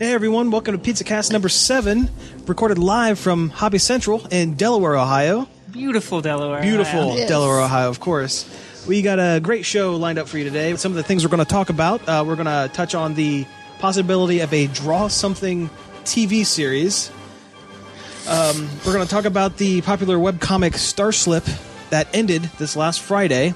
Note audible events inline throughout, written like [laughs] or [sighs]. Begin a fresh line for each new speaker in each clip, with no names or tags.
welcome to PizzaCast number seven, recorded live from Hobby Central in Delaware, Ohio.
Beautiful Delaware.
Beautiful
Ohio.
Yes.
Delaware, Ohio, of course. We got a great show lined up for you today. Some of the things we're going to talk about, uh, we're going to touch on the possibility of a Draw Something TV series. Um, we're going to talk about the popular webcomic Star Slip that ended this last Friday.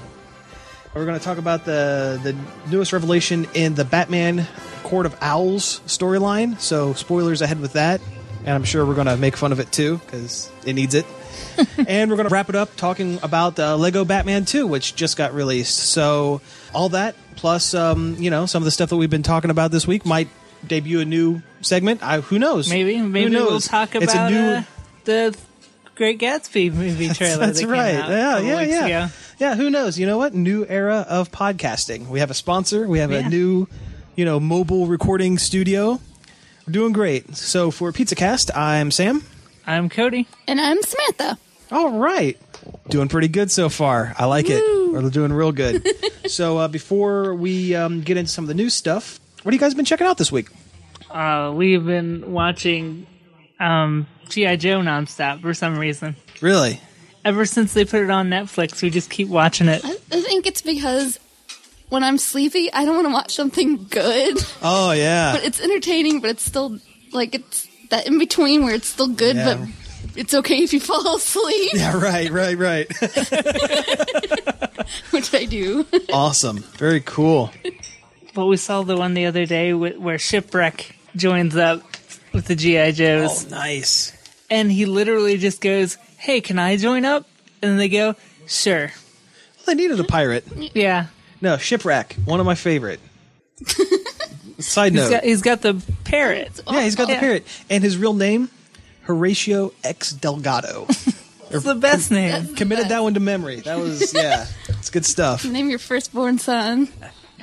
We're going to talk about the, the newest revelation in the Batman Court of Owls storyline. So, spoilers ahead with that. And I'm sure we're going to make fun of it too, because it needs
[laughs]
it and we're going to wrap it up talking about uh, Lego Batman 2, which just got released. So, all that plus, um, you know, some of the stuff that we've been talking about this week might debut a new segment. I, who knows?
Maybe
Who
maybe
knows?
we'll talk about
it's a new.
uh, the Great Gatsby movie trailer.
[laughs] that's
that
right.
Came out a
yeah,
couple
yeah,
weeks
yeah.
ago.
Yeah, who knows? You know what? New era of podcasting. We have a sponsor. We have a
Yeah.
new, you know, mobile recording studio. We're doing great. So for PizzaCast, I'm Sam.
I'm Cody.
And I'm Samantha.
All right. Doing pretty good so far. I like it. We're doing real
[laughs]
good. so uh, before we um, get into some of the new stuff, what have you guys been checking out this week?
Uh, we've been watching um, GI Joe nonstop for some reason.
Really?
Ever since they put it on Netflix, we just keep watching it.
I think it's because when I'm sleepy, I don't want to watch something good.
Oh yeah. [laughs]
But it's entertaining, but it's still like it's that in between where it's still good,
Yeah.
but it's okay if you [laughs] fall
[laughs]
asleep,
Yeah, right, right, right. [laughs]
which I do.
awesome. Very cool.
But we saw the one the other day wh- where Shipwreck joins up with the GI
Oh.
Joes,
nice.
and he literally just goes, "Hey, can I join up?" And they go, "Sure."
Well, they needed a pirate.
Yeah,
No, shipwreck. One of my favorite. Side
he's
note.
got, he's got the parrot.
yeah, he's got the
Yeah.
parrot. And his real name, Horatio X Delgado.
It's the best name.
Committed that one to memory. That was yeah. It's good stuff.
[laughs] Name your firstborn son.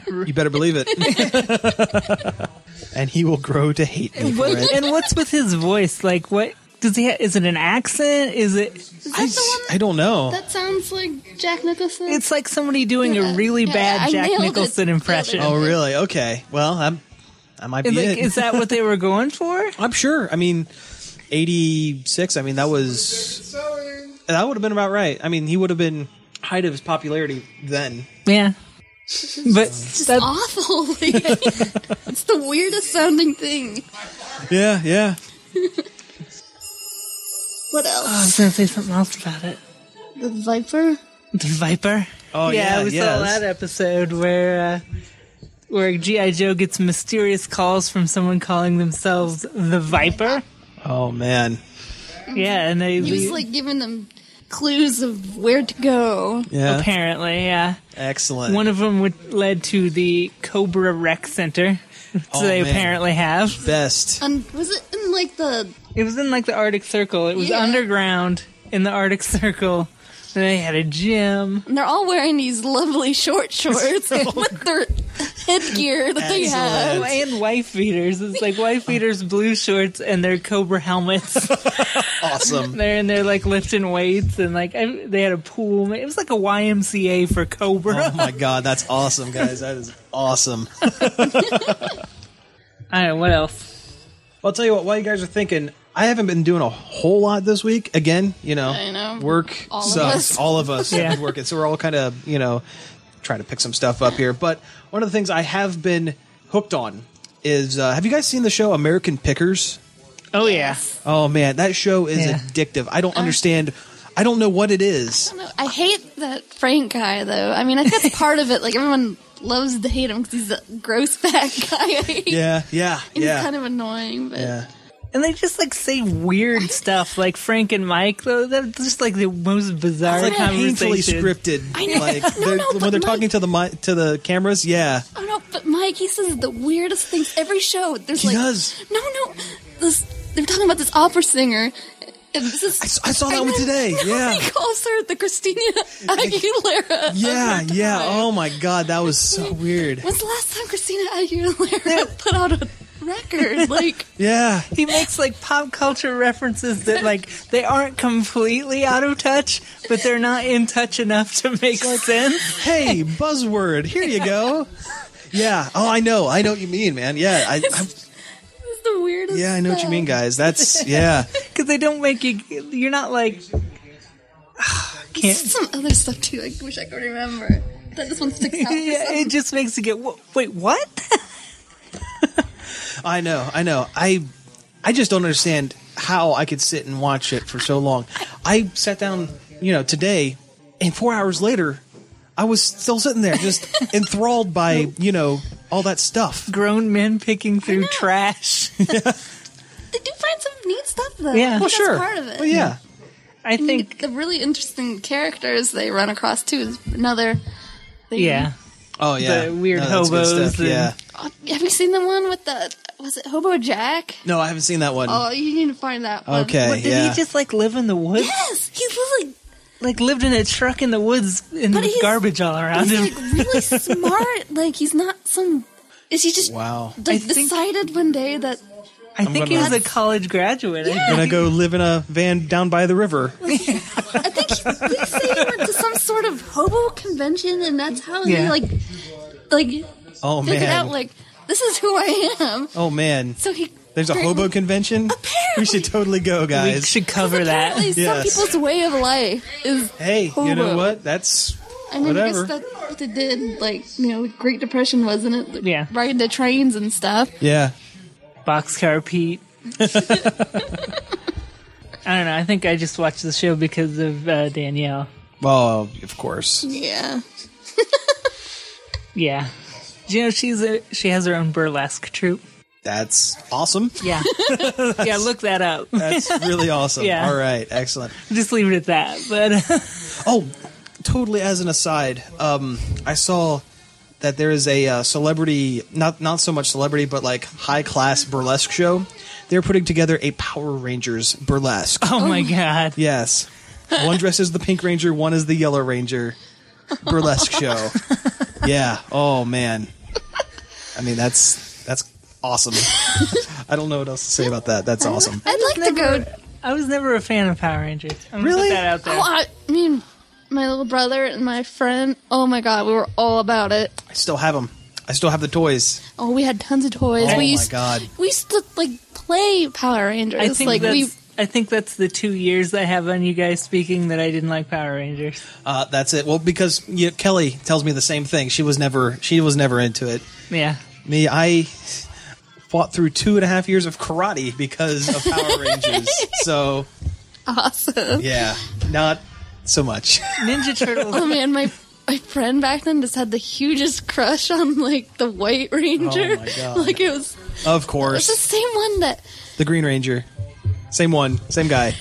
You better believe it. and he will grow to hate me for
What,
it.
and what's with his voice? Like, what does he? Ha- is it an accent? Is it?
Is that
I,
the one
I don't know.
that sounds like Jack Nicholson?
It's like somebody doing
Yeah,
a really
yeah,
bad
I
Jack
nailed it.
Nicholson
Nailed it.
impression.
Oh, really? Okay. Well, I'm, I might be
And, like,
it.
is that what they were going
[laughs]
for?
I'm sure. I mean, 86. I mean, that was that would have been about right. I mean, he would have been height of his popularity then.
Yeah, but
It's just
that-
awful. [laughs] it's the weirdest sounding thing.
Yeah, yeah.
What
I
else?
was gonna say something else about it.
The Viper?
The Viper.
Oh, yeah,
we
yes.
saw that episode where uh, where GI Joe gets mysterious calls from someone calling themselves the Viper.
Oh man.
Yeah, and they
He was like giving them clues of where to go.
Yeah.
apparently yeah.
Excellent.
One of them would, led to the Cobra Rec Center. which
Oh,
they
man.
apparently have.
best.
Um, was it in like the
It was in like the Arctic Circle. It was
Yeah.
underground in the Arctic Circle. And they had a gym.
And they're all wearing these
[laughs]
lovely short shorts with their headgear that they
Oh,
have.
and wife beaters. It's [laughs] like wife beaters, blue shorts, and their Cobra helmets. [laughs]
Awesome.
They're in there like lifting weights and like I, they had a pool. It was like a YMCA for Cobra. [laughs]
Oh my god, that's awesome, guys. That is awesome.
All right, what else?
I'll tell you what, while you guys are thinking, I haven't been doing a whole lot this week. Again, you know,
I know.
work
All of
sucks.
us.
All of
[laughs]
us
Yeah.
have been working. So we're all kind of, you know, trying to pick some stuff up here. But one of the things I have been hooked on is uh, have you guys seen the show American Pickers?
Oh yeah,
Oh, man, that show is
Yeah.
addictive. I don't
Uh-huh.
understand. I don't know what it is.
No, I hate that Frank guy though. I mean, I think that's part of it. Like everyone loves to hate him because he's a gross [laughs] fat guy.
Yeah, yeah,
He's
yeah.
kind of annoying, but
yeah.
and they just like say weird stuff like Frank and Mike. Though that's just like the most bizarre
Like painfully
conversation.
scripted.
I know.
Like
[laughs] No,
they're-
no,
when
but Oh,
they're
Mike-
talking to the mi- to the cameras, yeah.
I don't know. But Mike, he says the weirdest things every show. There's
He
like
does.
no, no. This they're talking about this opera singer. And this is,
s- I saw that one
[laughs]
today, yeah.
he calls her the Christina Aguilera. of
Yeah,
her
yeah.
time.
Oh my god, that was
[laughs]
so weird.
When's the last time Christina Aguilera put out a record? Like,
Yeah.
He makes like pop culture references that like they aren't completely out of touch, but they're not in touch enough to make sense.
[laughs]
Hey, buzzword. Here you go. Yeah. Oh, I know. I know what you mean, man. Yeah. I, I
this is the weird. as
Yeah, I know what you mean, guys. That's yeah.
Because they don't make you. You're not like. can't.
Some other stuff too. I wish I could remember. That this one sticks
[laughs]
out. for
Yeah,
some-
it just makes you get. "Wha- Wait, what?
I know, I know. I I just don't understand how I could sit and watch it for so long. I sat down, you know, today, and four hours later, I was still sitting there, just [laughs] enthralled by you know all that stuff.
Grown men picking through
know.
trash.
They do find some neat stuff though.
Yeah.
I
Well,
Well,
think that's
sure,
part of it.
Well, yeah.
I
And you
think.
get the really interesting characters they run across too is another. Thing.
Yeah.
Oh yeah,
The weird
that's good
hobos
stuff,
and-
Yeah.
Oh, have you seen the one with the was it Hobo Jack?
No, I haven't seen that one.
Oh, you need to find that one.
Okay.
What, did
yeah.
he just like live in the woods?
Yes, he's really
Like lived in a truck in the woods and
But
with
he's-
garbage all around
he's
him.
[laughs]
like really smart. Like he's not some. Is he just
Wow.
I
like
think-
decided one day that
I think he
gonna-
was a college graduate. I
I'm gonna go live in a van down by the
[laughs]
river.
I think he, they say he went to some sort of hobo convention, and that's how
Yeah.
he like like
Oh
figured
man.
out like this is who I am.
oh man.
So he
There's a hobo convention. We should totally go,
We
guys.
should cover that.
Apparently, some
Yes.
people's way of life is
Hey, you know
hobo.
what? That's
I mean,
whatever.
I guess that's what they did. Like you know, Great Depression wasn't it?
Yeah.
riding the trains and stuff.
yeah.
Boxcar Pete. I don't know. I think I just watched the show because of uh, Danielle.
Well, of course.
Yeah.
Yeah. Do you know she's a, she has her own burlesque troupe?
That's awesome.
[laughs] Yeah. yeah, look that up.
That's really awesome.
Yeah.
All right, excellent.
[laughs] Just leave it at that. But [laughs]
Oh, totally. As an aside, um, I saw that there is a uh, celebrity, not not so much celebrity, but like high class burlesque show. They're putting together a Power Rangers burlesque.
oh my god.
Yes, one dress is the Pink Ranger, one is the Yellow Ranger burlesque show. Yeah. Oh man. I mean, that's that's awesome. I don't know what else to say about that. That's awesome.
I'd like to go
I was never a fan of Power Rangers. I'm gonna
Really?
Put that out there.
Oh, I I mean, my little brother and my friend. Oh my god, we were all about it.
I still have them. I still have the toys.
Oh, we had tons of toys.
Oh
we
my
used,
God.
We used to like play Power Rangers.
I think
like
that's.
we.
I think that's the two years I have on you guys speaking that I didn't like Power Rangers.
Uh, that's it. Well, because you Kelly tells me the same thing. She was never she was never into it.
Yeah,
Me, I fought through two and a half years of karate because of Power Rangers. So
[laughs] Awesome.
yeah, not so much.
Ninja Turtles.
Oh man, my my friend back then just had the hugest crush on like the White Ranger.
Oh, my God.
[laughs] Like it was
Of
it's the
course,
same one that
the Green Ranger, same one, same guy.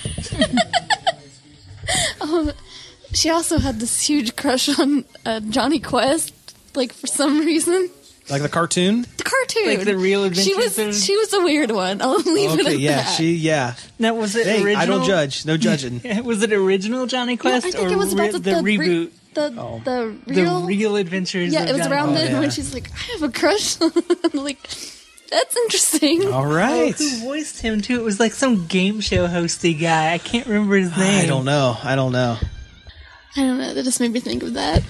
she also had this huge crush on uh, Johnny Quest. Like for some reason,
Like the cartoon.
the cartoon,
Like the real
She
adventures of-
was she was a weird one. I'll leave it
Okay,
at
yeah,
that.
she, yeah.
Now was it
Hey,
original?
I don't judge. No judging.
[laughs] Was it original Johnny
No,
Quest
I think
or
it was about
re-
the,
the, reboot?
The, the, the
the
real.
real adventures.
yeah,
of
it was
Johnny
around
Quest.
then
Oh. yeah.
when she's like, I have a crush. on-" [laughs] like, that's interesting.
All right.
Oh, Who voiced him too? It was like some game show hosty guy. I can't remember his name.
I don't know. I don't know.
I don't know. That just made me think of [laughs] that.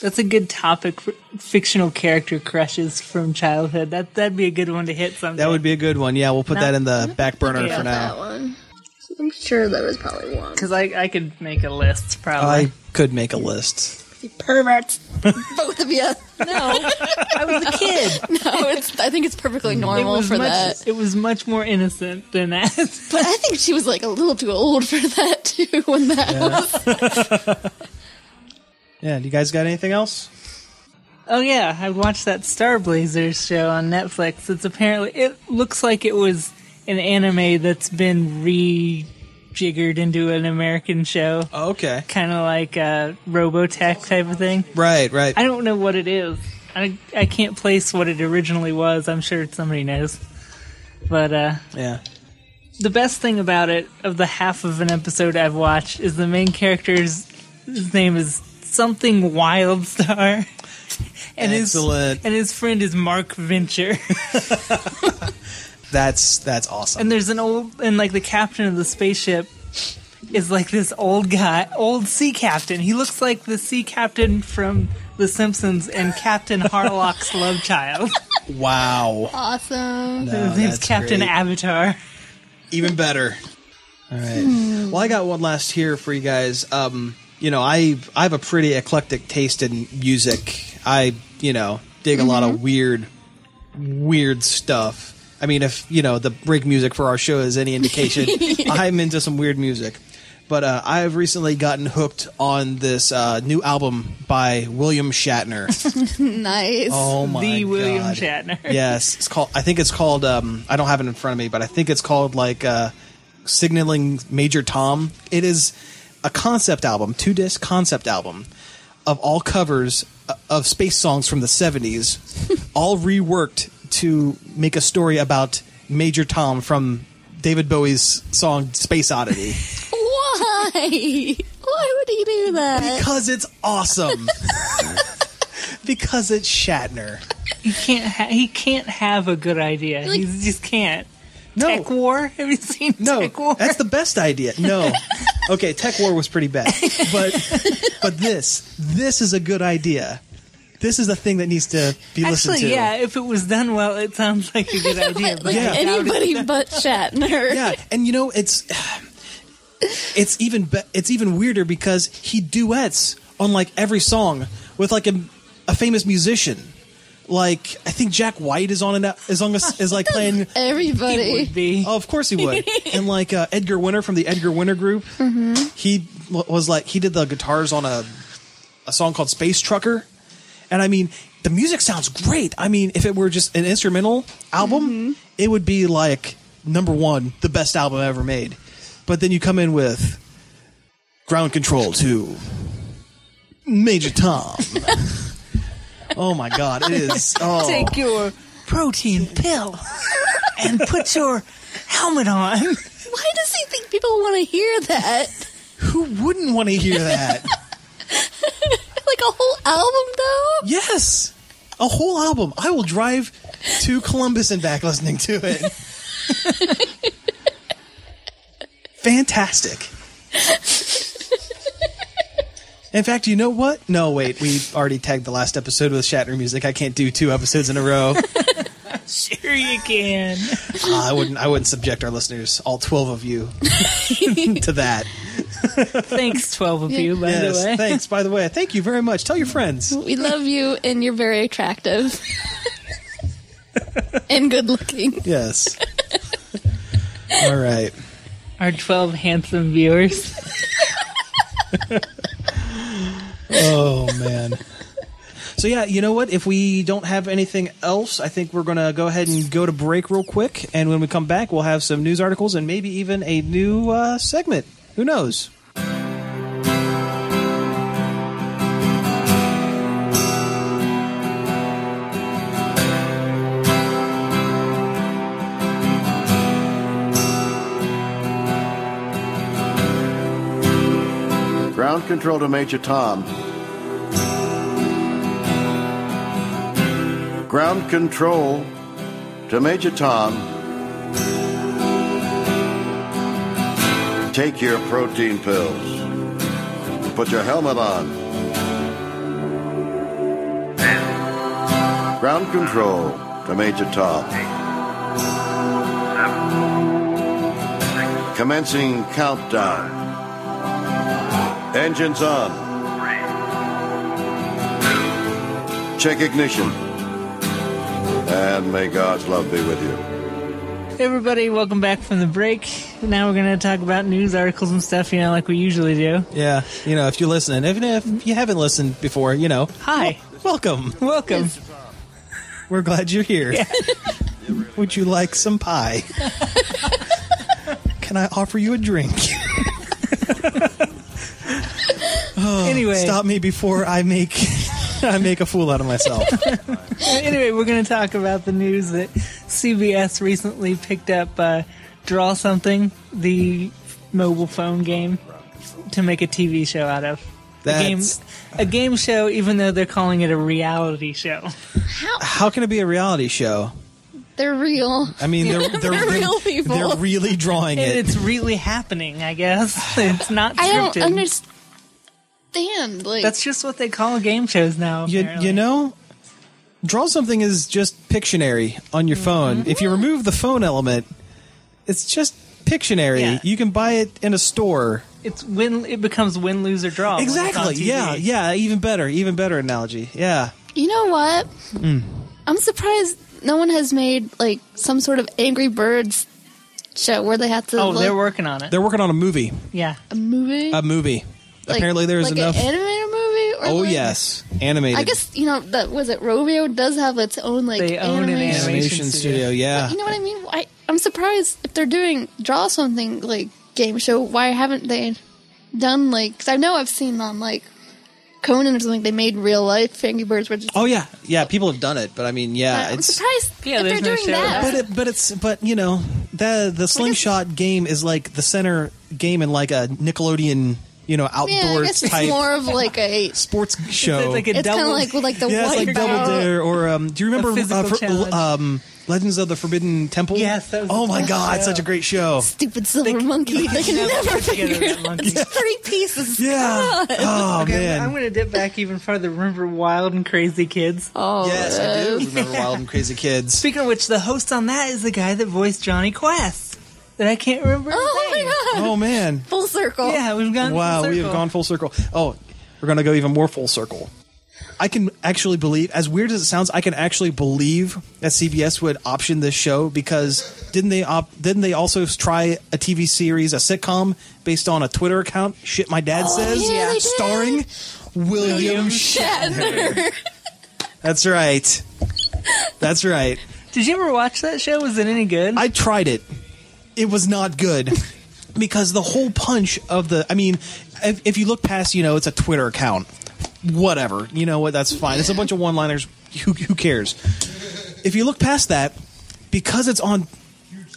That's a good topic for fictional character crushes from childhood. That that'd be a good one to hit someday.
That would be a good one. Yeah, we'll put that in the back burner
Yeah.
for now.
That one. I'm sure there was probably one.
because I I could make a list
I
probably.
could make a list.
You perverts. Both of you.
no, I was a kid.
uh, [laughs] No, it's, I think it's perfectly
It
normal
was
for
much.
that.
It was much more innocent than that. [laughs]
But I think she was like a little too old for [laughs] that too when that was.
Yeah. Do you guys got anything else?
Oh yeah, I watched that Star Blazers show on Netflix. It's apparently it looks like it was an anime that's been rejiggered into an American show,
Oh, okay.
kind of like a Robotech type of thing.
Right, right.
I don't know what it is. I I can't place what it originally was. I'm sure somebody knows. But uh
yeah.
the best thing about it, of the half of an episode I've watched, is the main character's his name is something Wildstar, [laughs] and
Excellent.
his and his friend is Mark Venture. [laughs]
That's that's awesome.
and there's an old and like the captain of the spaceship is like this old guy, old sea captain. He looks like the sea captain from The Simpsons and Captain Harlock's love child.
Wow.
Awesome.
No,
His name's
that's
Captain
great.
Avatar.
Even better. All right. Well, I got one last here for you guys. Um, you know, I I have a pretty eclectic taste in music. I you know dig a lot of weird, weird stuff. I mean, if you know the break music for our show is any indication, I'm into some weird music. But uh, I have recently gotten hooked on this uh, new album by William Shatner.
Nice.
Oh my
the William
God.
Shatner.
[laughs] yes, it's called. I think it's called. Um, I don't have it in front of me, but I think it's called like uh, signaling Major Tom. It is a concept album, two disc concept album of all covers uh, of space songs from the seventies,
[laughs]
all reworked to make a story about Major Tom from David Bowie's song "Space
[laughs]
Oddity"
Why? Why would he do that?
because it's
[laughs]
awesome. because it's Shatner.
He can't. Ha- he can't have a good idea.
Like-
he just can't.
No.
Tech War. Have you seen
No,
Tech War?
that's the best idea.
[laughs]
No, okay, Tech War was pretty bad, but but this this is a good idea. This is a thing that needs to be listened
Actually,
to.
yeah. If it was done well, it sounds like a good idea. But
[laughs] Like
Yeah.
[laughs] anybody but Shatner.
yeah, and you know it's [sighs] it's even be- it's even weirder because he duets on like every song with like a, a famous musician. Like I think Jack White is on an, is on a, is
[laughs]
like playing
it
Everybody.
would be.
Oh, of course he would. and like uh, Edgar Winter from the Edgar Winter Group, he w- was like he did the guitars on a a song called Space Trucker, and I mean the music sounds great. I mean if it were just an instrumental album, it would be like number one, the best album ever made. But then you come in with Ground Control to Major Tom. oh my God! It is. Oh.
Take your protein pill [laughs] and put your helmet on.
Why does he think people want to hear that? [laughs]
Who wouldn't want to hear that?
Like a whole album, though?
Yes, a whole album. I will drive to Columbus and back listening to
[laughs]
it. Fantastic. In fact, you know what? No, wait. We already tagged the last episode with Shatner music. I can't do two episodes in a
[laughs]
row.
Sure, you can.
Ah, I wouldn't. I wouldn't subject our listeners, all twelve of you,
[laughs]
to that.
Thanks, twelve of you. By
Yes.
the way,
Thanks. By the way, thank you very much. Tell your friends.
We love you, and you're very [laughs] attractive. and good looking.
[laughs]
Yes. all right.
our twelve handsome viewers.
Oh man. [laughs] So yeah, you know what? If we don't have anything else, I think we're gonna go ahead and go to break real quick. And when we come back, we'll have some news articles and maybe even a new uh, segment. Who knows?
Ground control to Major Tom. Ground control to Major Tom. Take your protein pills. Put your helmet on. Ground control to Major Tom. Commencing countdown. Engines on. Check ignition. And may God's love be with you.
Hey everybody, welcome back from the break. Now we're going to talk about news articles and stuff, you know, like we usually do.
Yeah, you know, if you're listening, even if you haven't listened before, you know,
Hi,
welcome.
welcome.
We're glad you're here. [laughs] Would you like some [laughs] pie? Can I offer you a drink?
anyway,
Stop me before I make [laughs] I make a fool out of myself.
anyway, we're going to talk about the news that CBS recently picked up uh, Draw Something, the mobile phone game, to make a TV show out of. a game,
That's-
a game show, even though they're calling it a reality show.
[laughs] How can it be a reality show?
They're real.
I mean,
[laughs]
they're they're,
They're real people.
They're really drawing
And
it.
it's really happening,
[sighs]
I guess. It's not scripted.
I don't understand. Like,
That's just what they call game shows now.
You,
apparently.
you know, Draw something is just Pictionary on
Mm-hmm.
your phone. If you remove the phone element, it's just Pictionary.
Yeah.
You can buy it in a store.
It's win. It becomes win, lose, or
Oh,
draw. when it's on
Exactly.
TV.
Yeah. Yeah. Even better. Even better analogy. Yeah.
You know what? I'm surprised no one has made like some sort of Angry Birds show where they have to
Oh,
look Oh,
they're working on it.
They're working on a movie.
yeah.
a movie.
A movie.
Like-
Uh, Apparently, there's
like
enough.
an animated movie. Or
oh
like-
yes, animated.
I guess you know that was it. Romeo does have its own like
They own an
animation.
animation
animation
studio.
studio. Yeah.
You know what I mean? I, I'm surprised if they're doing draw something like game show. Why haven't they done like? Because I know I've seen on like Conan or something. They made real life Angry Birds, which is
Oh yeah, yeah. People have done it, but I mean, yeah,
I'm
it's
surprised
Yeah,
if they're
there's no
doing
show
that.
but it, but it's but you know the the slingshot game is like the center game in like a Nickelodeon you know
yeah, I
outdoors
guess it's
type
more of like
[laughs]
a.
[laughs]
sports show.
like a
It's kind of
double-
like with, like the
yeah, it's
white
like Double
belt.
Dare or um, do you remember
physical
uh, for-
challenge.
um, Legends of the Forbidden Temple?
Yes, that was
oh
the
my
best
god,
show.
such a great show.
Stupid silver monkey. [laughs] They can
Yeah,
never
put together
figure
that
it out.
monkey.
It's three
[laughs]
pieces.
Yeah. Oh
Okay,
man.
I'm, I'm going to dip back even farther. Remember Wild and Crazy Kids?
Oh,
yes, I do
[laughs]
remember Wild and Crazy Kids.
Speaking of which, the host on that is the guy that voiced Johnny Quest. That I can't remember. his
Oh
name.
my god!
Oh man.
Full circle. [laughs]
Yeah, we've gone.
Oh. Wow,
full
we have
circle.
gone full circle. Oh, we're going to go even more full circle. I can actually believe, as weird as it sounds, I can actually believe that CBS would option this show because didn't they op- didn't they also try a TV series, a sitcom based on a Twitter account? Shit, my dad says,
yeah, they did.
starring William Shatner. That's right. That's right.
Did you ever watch that show? Was it any good?
I tried it. It was not good because the whole punch of the. I mean, if, if you look past, you know, it's a Twitter account. Whatever, you know what? That's fine. It's a bunch of one-liners. [laughs] Who, who cares? If you look past that, because it's on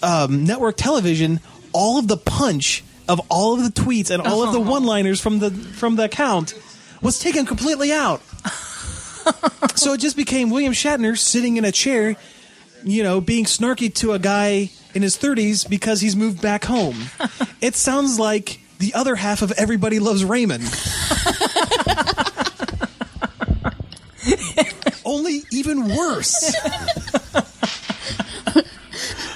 um, network television, all of the punch of all of the tweets and all of the one-liners from the from the account was taken completely out. so it just became William Shatner sitting in a chair you know, being snarky to a guy in his 30s because he's moved back home. it sounds like the other half of Everybody Loves Raymond. Only even worse.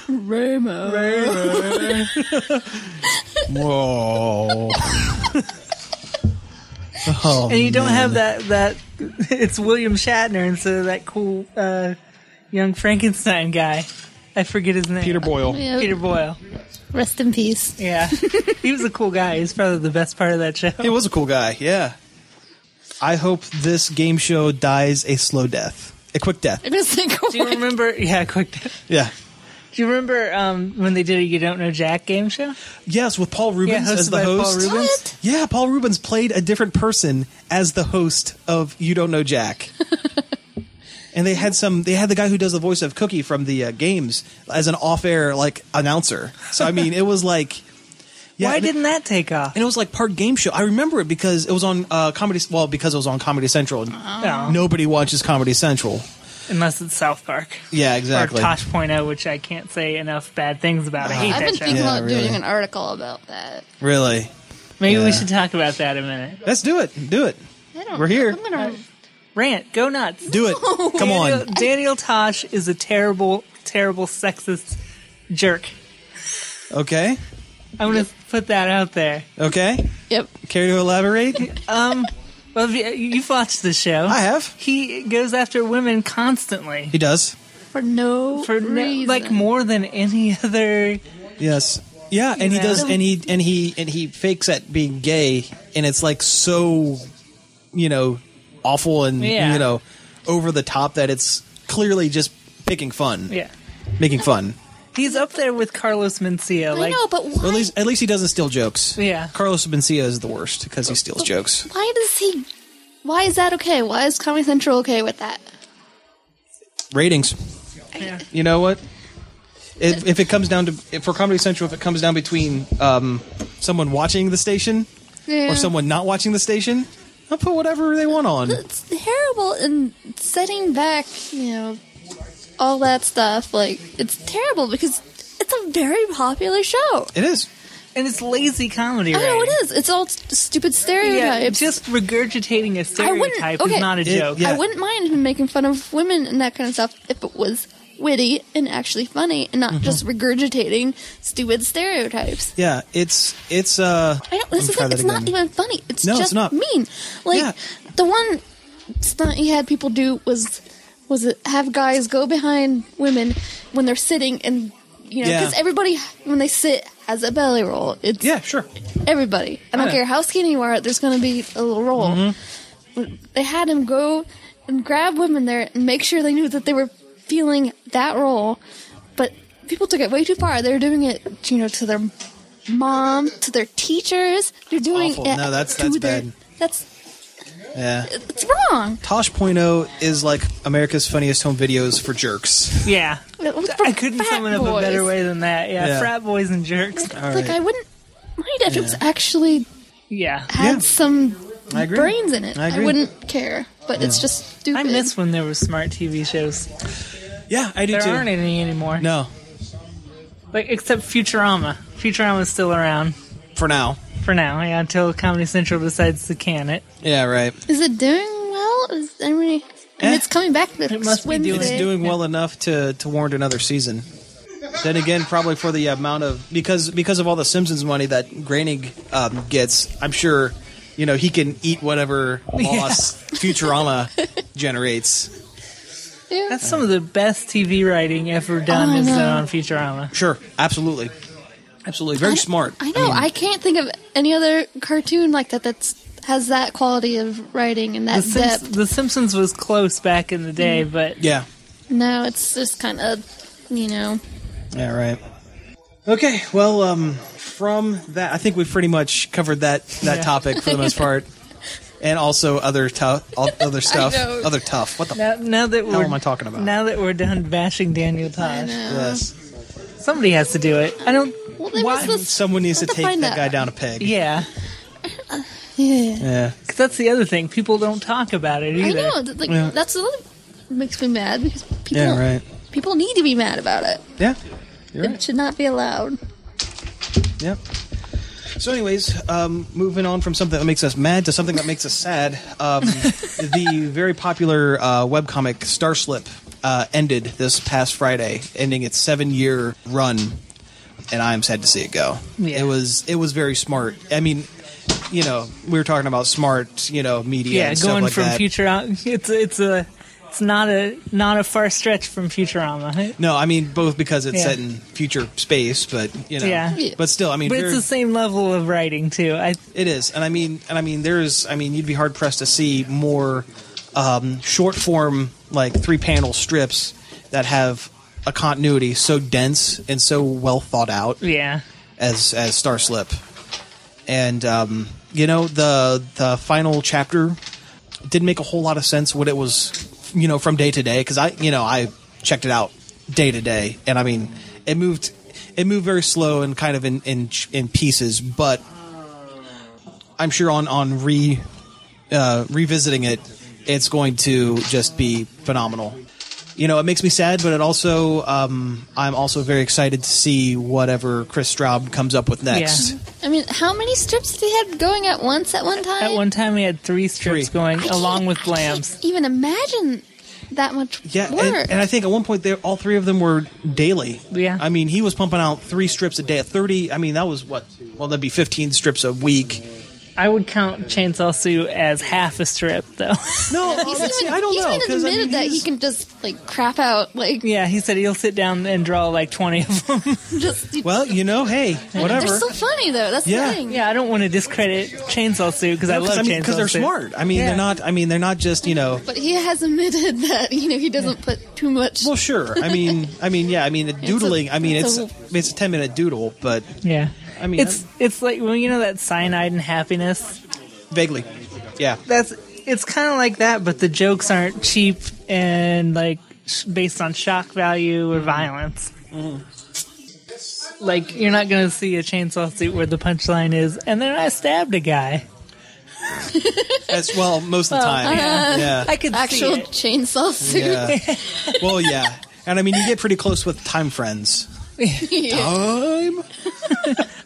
Rainbow.
Whoa. oh,
and you don't have that that [laughs] it's William Shatner instead of that cool uh, young Frankenstein guy. I forget his name.
Peter Boyle.
Yeah,
Peter Boyle.
Rest in peace.
Yeah, [laughs] he was a cool guy. He's probably the best part of that
[laughs]
show.
He was a cool guy, yeah. I hope this game show dies a slow death, a quick death.
I just think.
Do you remember? Yeah, quick. Do
Yeah.
you remember um, when they did a You Don't Know Jack game show?
Yes, with Paul Rubens
hosted
as the
by Paul
host.
Rubens.
What?
Yeah, Paul Rubens played a different person as the host of You Don't Know
[laughs]
Jack. and they had some they had the guy who does the voice of Cookie from the uh, games as an off-air like announcer. So I mean, it was like yeah,
[laughs] Why
and-
didn't that take off?
and it was like part game show. I remember it because it was on uh, comedy. Well, because it was on Comedy Central. and
No.
Nobody watches Comedy Central.
Unless it's South Park.
Yeah,
Or
exactly.
Tosh Point oh, which I can't say enough bad things about. I hate
I've
that
been
show.
thinking
Yeah,
about
really.
doing an article about that.
Really,
Maybe
Yeah.
we should talk about that a minute.
let's do it. Do it.
I don't,
We're here.
I'm gonna,
Rant, go nuts.
Do
[laughs]
it. Come
Daniel,
on.
Daniel Tosh is a terrible, terrible sexist jerk.
Okay.
I'm going to put that out there.
Okay.
yep.
Care to elaborate?
[laughs] Um, well, if you, you've watched the show.
I have.
He goes after women constantly.
He does.
For no
For no-
reason.
like more than any other.
Yes. Yeah, and he
know?
does, and he and he and he fakes at being gay, and it's like so, you know, awful and
Yeah.
you know, over the top that it's clearly just picking fun,
Yeah,
making fun.
he's up there with Carlos Mencia.
I
like,
know, but why?
Or at least, at least he doesn't steal jokes.
Yeah. Oh.
Carlos Mencia is the worst because he steals jokes.
why does he? Why is that okay? Why is Comedy Central okay with that?
Ratings.
Yeah.
You know what? If, if it comes down to if for Comedy Central, if it comes down between um, someone watching the station
Yeah.
or someone not watching the station, I'll put whatever they want on.
It's terrible in setting back. You know, all that stuff. Like it's terrible because it's a very popular show.
It is.
And it's lazy comedy,
I
right?
know it is. It's all st- stupid
Yeah,
stereotypes.
just regurgitating a
wouldn't-
stereotype
okay.
is not a
It-
joke.
yeah.
I wouldn't mind him making fun of women and that kind of stuff if it was witty and actually funny and not just
Mm-hmm.
regurgitating stupid stereotypes.
Yeah, it's it's uh
I don't, this is
try
like,
that
it's not
again.
even funny. It's
No, it's
just
not.
mean. Like
Yeah.
the one stunt he had people do was was it have guys go behind women when they're sitting and you know
Yeah.
because everybody when they sit has a belly roll. It's
yeah, sure.
everybody. I
I
don't
know.
care how skinny you are, there's going to be a little roll.
Mm-hmm.
They had him go and grab women there and make sure they knew that they were feeling that role. But people took it way too far. They were doing it, you know, to their mom, to their teachers. They're doing
Awful.
it.
No, that's-
to
that's
their-
bad.
That's
Yeah.
it's wrong.
Tosh.0 is like America's funniest home videos for jerks.
Yeah.
It was for
I couldn't
frat
sum it up a
boys.
better way than that. Yeah,
Yeah.
frat boys and jerks.
All
like
right.
I wouldn't mind if it was actually
Yeah.
had
Yeah.
some
I agree.
brains in it.
I
I,
agree.
wouldn't care, but it's just
[laughs]
stupid.
I miss when there were smart TV shows.
yeah, I do
There
too.
aren't any anymore.
No,
Like except Futurama. Futurama's still around
for now.
for now, yeah, until Comedy Central decides to can it.
Yeah, right.
Is it doing well? Is anybody?
Eh.
And it's coming back next
It must be doing-
Wednesday.
It's doing well enough to to warrant another season. Then again, probably for the amount of because because of all the Simpsons money that Groening um, gets, I'm sure you know he can eat whatever loss
[laughs]
Futurama generates.
Yeah.
That's some of the best TV writing ever done
Oh, I
is done
know.
on Futurama.
Sure, absolutely, absolutely, very smart.
I know. I, can't think of any other cartoon like that that's has that quality of writing and
The,
that
Simps-
depth.
the Simpsons was close back in the day, but
Yeah,
No, it's just kind of, you know.
yeah, right. Okay, well, um, from that, I think we've pretty much covered that that
Yeah.
topic for the most part, and also other tough, other stuff,
know.
other tough. What the
now, now that we're
am I talking about?
Now that we're done bashing Daniel
I
Tosh,
know.
f- yes.
somebody has to do it. I don't.
Well, there
why-
was this.
Someone needs to
Let's
take
find
that
out.
guy down a peg.
Yeah,
Yeah.
Yeah.
'cause that's the other thing. People don't talk about it
I
either.
know. th- Like
Yeah.
that's another makes me mad because people
Yeah, right.
people need to be mad about it.
Yeah. You're
It
right.
should not be allowed.
Yeah. So, anyways, um, moving on from something that makes us mad to something that makes us sad,
[laughs]
um, the very popular uh, webcomic Star Slip uh, ended this past Friday, ending its seven year run, and I'm sad to see it go.
Yeah.
It was it was very smart. I mean, you know, we were talking about smart, you know, media.
yeah,
and stuff
going
like
from
that.
Futurama, it's it's a it's not a not a far stretch from Futurama.
No, I mean both because it's
Yeah.
set in future space, but you know,
Yeah.
but still, I mean,
But
very-
it's the same level of writing too. I
It is, and I mean, and I mean, there's, I mean, you'd be hard pressed to see more um, short form, like three panel strips that have a continuity so dense and so well thought out
yeah.
as as Star Slip, and um, you know, the the final chapter didn't make a whole lot of sense when it was, you know, from day to day because I, you know, I checked it out day to day, and I mean, it moved. It moved very slow and kind of in, in in pieces, but I'm sure on on re uh, revisiting it, it's going to just be phenomenal. You know, it makes me sad, but it also um, I'm also very excited to see whatever Chris Straub comes up with next.
Yeah.
I mean, how many strips did he have going at once at one time?
At one time, we had three
Three.
strips going
I can't-
along with
I can't
Lambs.
even imagine that much
Yeah,
work.
and, and I think at one point there, all three of them were daily.
Yeah.
I mean, he was pumping out three strips a day. At thirty, I mean, that was what? Well, that'd be fifteen strips a week.
I would count Chainsaw Sue as half a strip, though. [laughs]
No,
He's
see,
even,
I don't
he's
know
even
because I
admitted
mean,
that he
he's-
can just like crap out, like [laughs]
yeah, he said he'll sit down and draw like twenty of them. [laughs]
just.
Well, you know, hey, whatever.
They're so funny though. That's
Yeah.
the thing.
yeah, I don't want to discredit Chainsaw Sue because I
because
love
I mean,
Chainsaw
because they're
Sue.
smart. I mean,
Yeah.
they're not. I mean, they're not just you know.
But he has admitted [laughs] that you know he doesn't put too much.
Well, sure. I mean, I mean, yeah. I mean, doodling. I mean,
it's
it's
a-
it's a ten minute doodle, but
Yeah,
I mean,
it's it's like well, you know that cyanide and happiness.
vaguely, yeah.
That's it's kind of like that, but the jokes aren't cheap and like sh- based on shock value
Mm-hmm.
or violence. Like you're not going to see a Chainsaw Sue where the punchline is, and then I stabbed a guy.
As well, most of the time, yeah.
I could
uh, [laughs] actual
see it.
chainsaw suit.
yeah. Well, yeah. And I mean, you get pretty close with time friends. Time.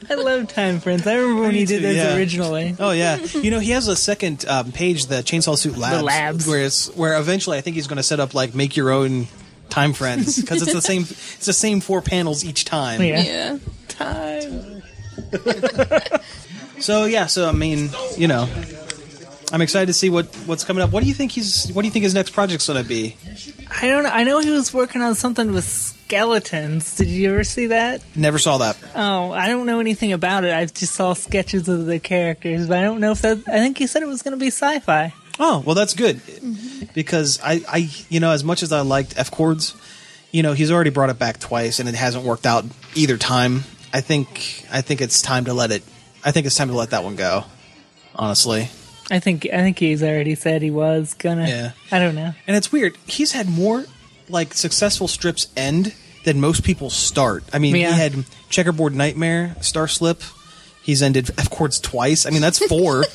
I love Time Prince. I remember when he did those
Yeah.
originally.
Oh yeah, you know he has a second um, page, the Chainsaw Suit Labs,
labs.
where it's where eventually I think he's going to set up like make your own time friends because it's the same it's the same four panels each time.
Yeah.
Yeah.
Time.
So yeah, so I mean, you know, I'm excited to see what what's coming up. What do you think he's What do you think his next project's going to be?
I don't know. I know he was working on something with skeletons. Did you ever see that?
Never saw that.
Oh, I don't know anything about it. I just saw sketches of the characters, but I don't know if that. I think he said it was going to be sci-fi.
Oh well, that's good because I I you know as much as I liked F chords, you know he's already brought it back twice and it hasn't worked out either time. I think I think it's time to let it. I think it's time to let that one go. Honestly.
I think. I think he's already said he was gonna.
Yeah.
I don't know.
And it's weird. He's had more like successful strips end than most people start. I mean,
Yeah.
he had Checkerboard Nightmare, Star Slip. He's ended F chords twice. I mean, that's four. [laughs]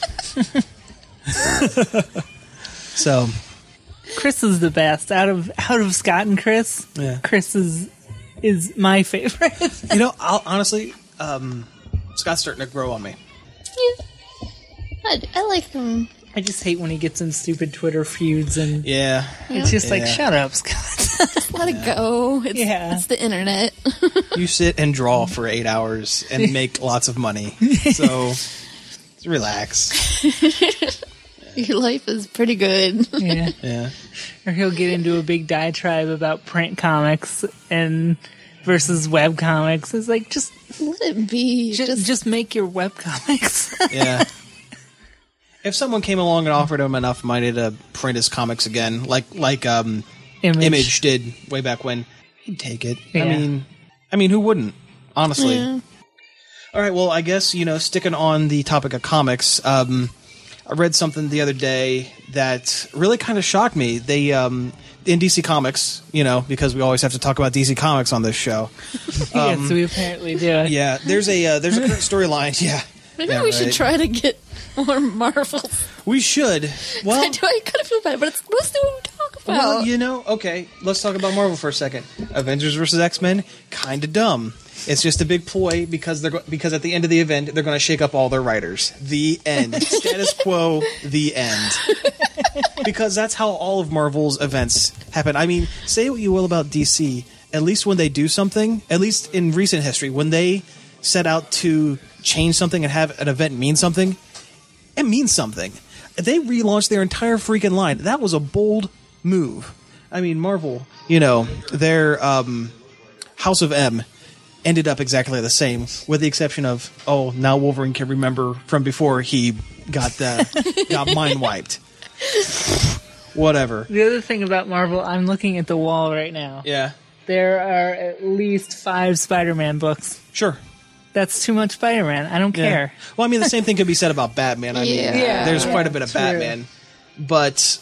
so
Chris is the best out of out of Scott and Chris.
Yeah.
Chris is is my favorite. [laughs]
you know, I'll, honestly, um, Scott's starting to grow on me.
yeah. I, I like him.
I just hate when he gets in stupid Twitter feuds and
Yeah,
it's just like
Yeah.
shut up, Scott. [laughs]
Just let it go. It's,
Yeah.
it's the internet. [laughs]
you sit and draw for eight hours [laughs] and make lots of money. So relax.
Your life is pretty good. [laughs]
yeah.
Yeah.
Or he'll get into a big diatribe about print comics and versus web comics. It's like just
let it be.
just,
Just,
just make your web comics. [laughs]
Yeah. if someone came along and offered him enough money to print his comics again, like like um,
Image.
Image did way back when, he'd take it. I
Yeah.
mean, I mean, who wouldn't? Honestly. All right. Well, I guess you know, sticking on the topic of comics, um, I read something the other day that really kind of shocked me. They um, in DC Comics, you know, because we always have to talk about DC Comics on this show.
yes, we apparently do.
Um, Yeah, there's a uh, there's a
[laughs]
current storyline. Yeah.
maybe
Yeah,
we should
right.
try to get more Marvel.
We should. Well,
[laughs] I do. I kind of feel bad, but it's mostly what we talk about.
Well, you know, okay, let's talk about Marvel for a second. Avengers versus X Men, kind of dumb. It's just a big ploy because they're go- because at the end of the event they're going to shake up all their writers. The end. Status quo. The end. because that's how all of Marvel's events happen. I mean, say what you will about DC, at least when they do something, at least in recent history, when they set out to change something and have an event mean something, it means something. They relaunched their entire freaking line. That was a bold move. I mean, Marvel, you know, their um, House of M ended up exactly the same, with the exception of, oh, now Wolverine can remember from before he got the got mind wiped. Whatever.
The other thing about Marvel, I'm looking at the wall right now.
Yeah.
There are at least five Spider-Man books.
Sure.
That's too much Spider-Man. I don't
Yeah.
care.
Well, I mean, the same thing could be said about Batman. I
Yeah.
mean,
Yeah.
there's quite a bit of
True.
Batman, but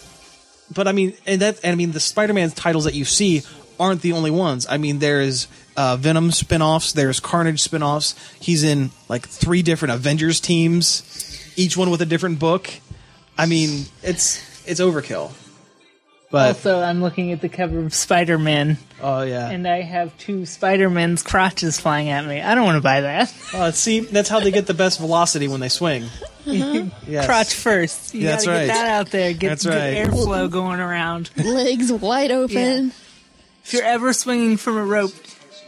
but I mean, and that and I mean, the Spider-Man titles that you see aren't the only ones. I mean, there is uh, Venom spin-offs, there's Carnage spin-offs. He's in like three different Avengers teams, each one with a different book. I mean, it's it's overkill. But
Also, I'm looking at the cover of Spider-Man,
oh yeah,
and I have two Spider-Man's crotches flying at me. I don't want to buy that.
Uh, see, that's how they get the best velocity when they swing. Yes.
Uh-huh. Crotch first. You
Yeah, that's
gotta
right.
get that out there. Get,
That's
get
right.
airflow going around.
Legs wide open.
if you're ever swinging from a rope,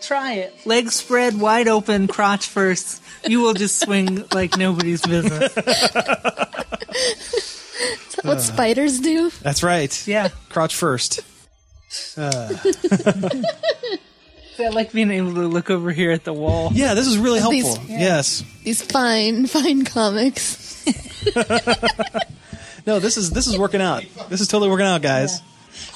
try it. Legs spread wide open, crotch first. You will just swing like nobody's business.
Is that
Uh-huh.
what spiders do?
That's right.
Yeah.
Crouch first.
See, I like being able to look over here at the wall.
Yeah, this is really
least-
helpful. Yes.
These fine, fine comics.
No, this is this is working out. This is totally working out, guys.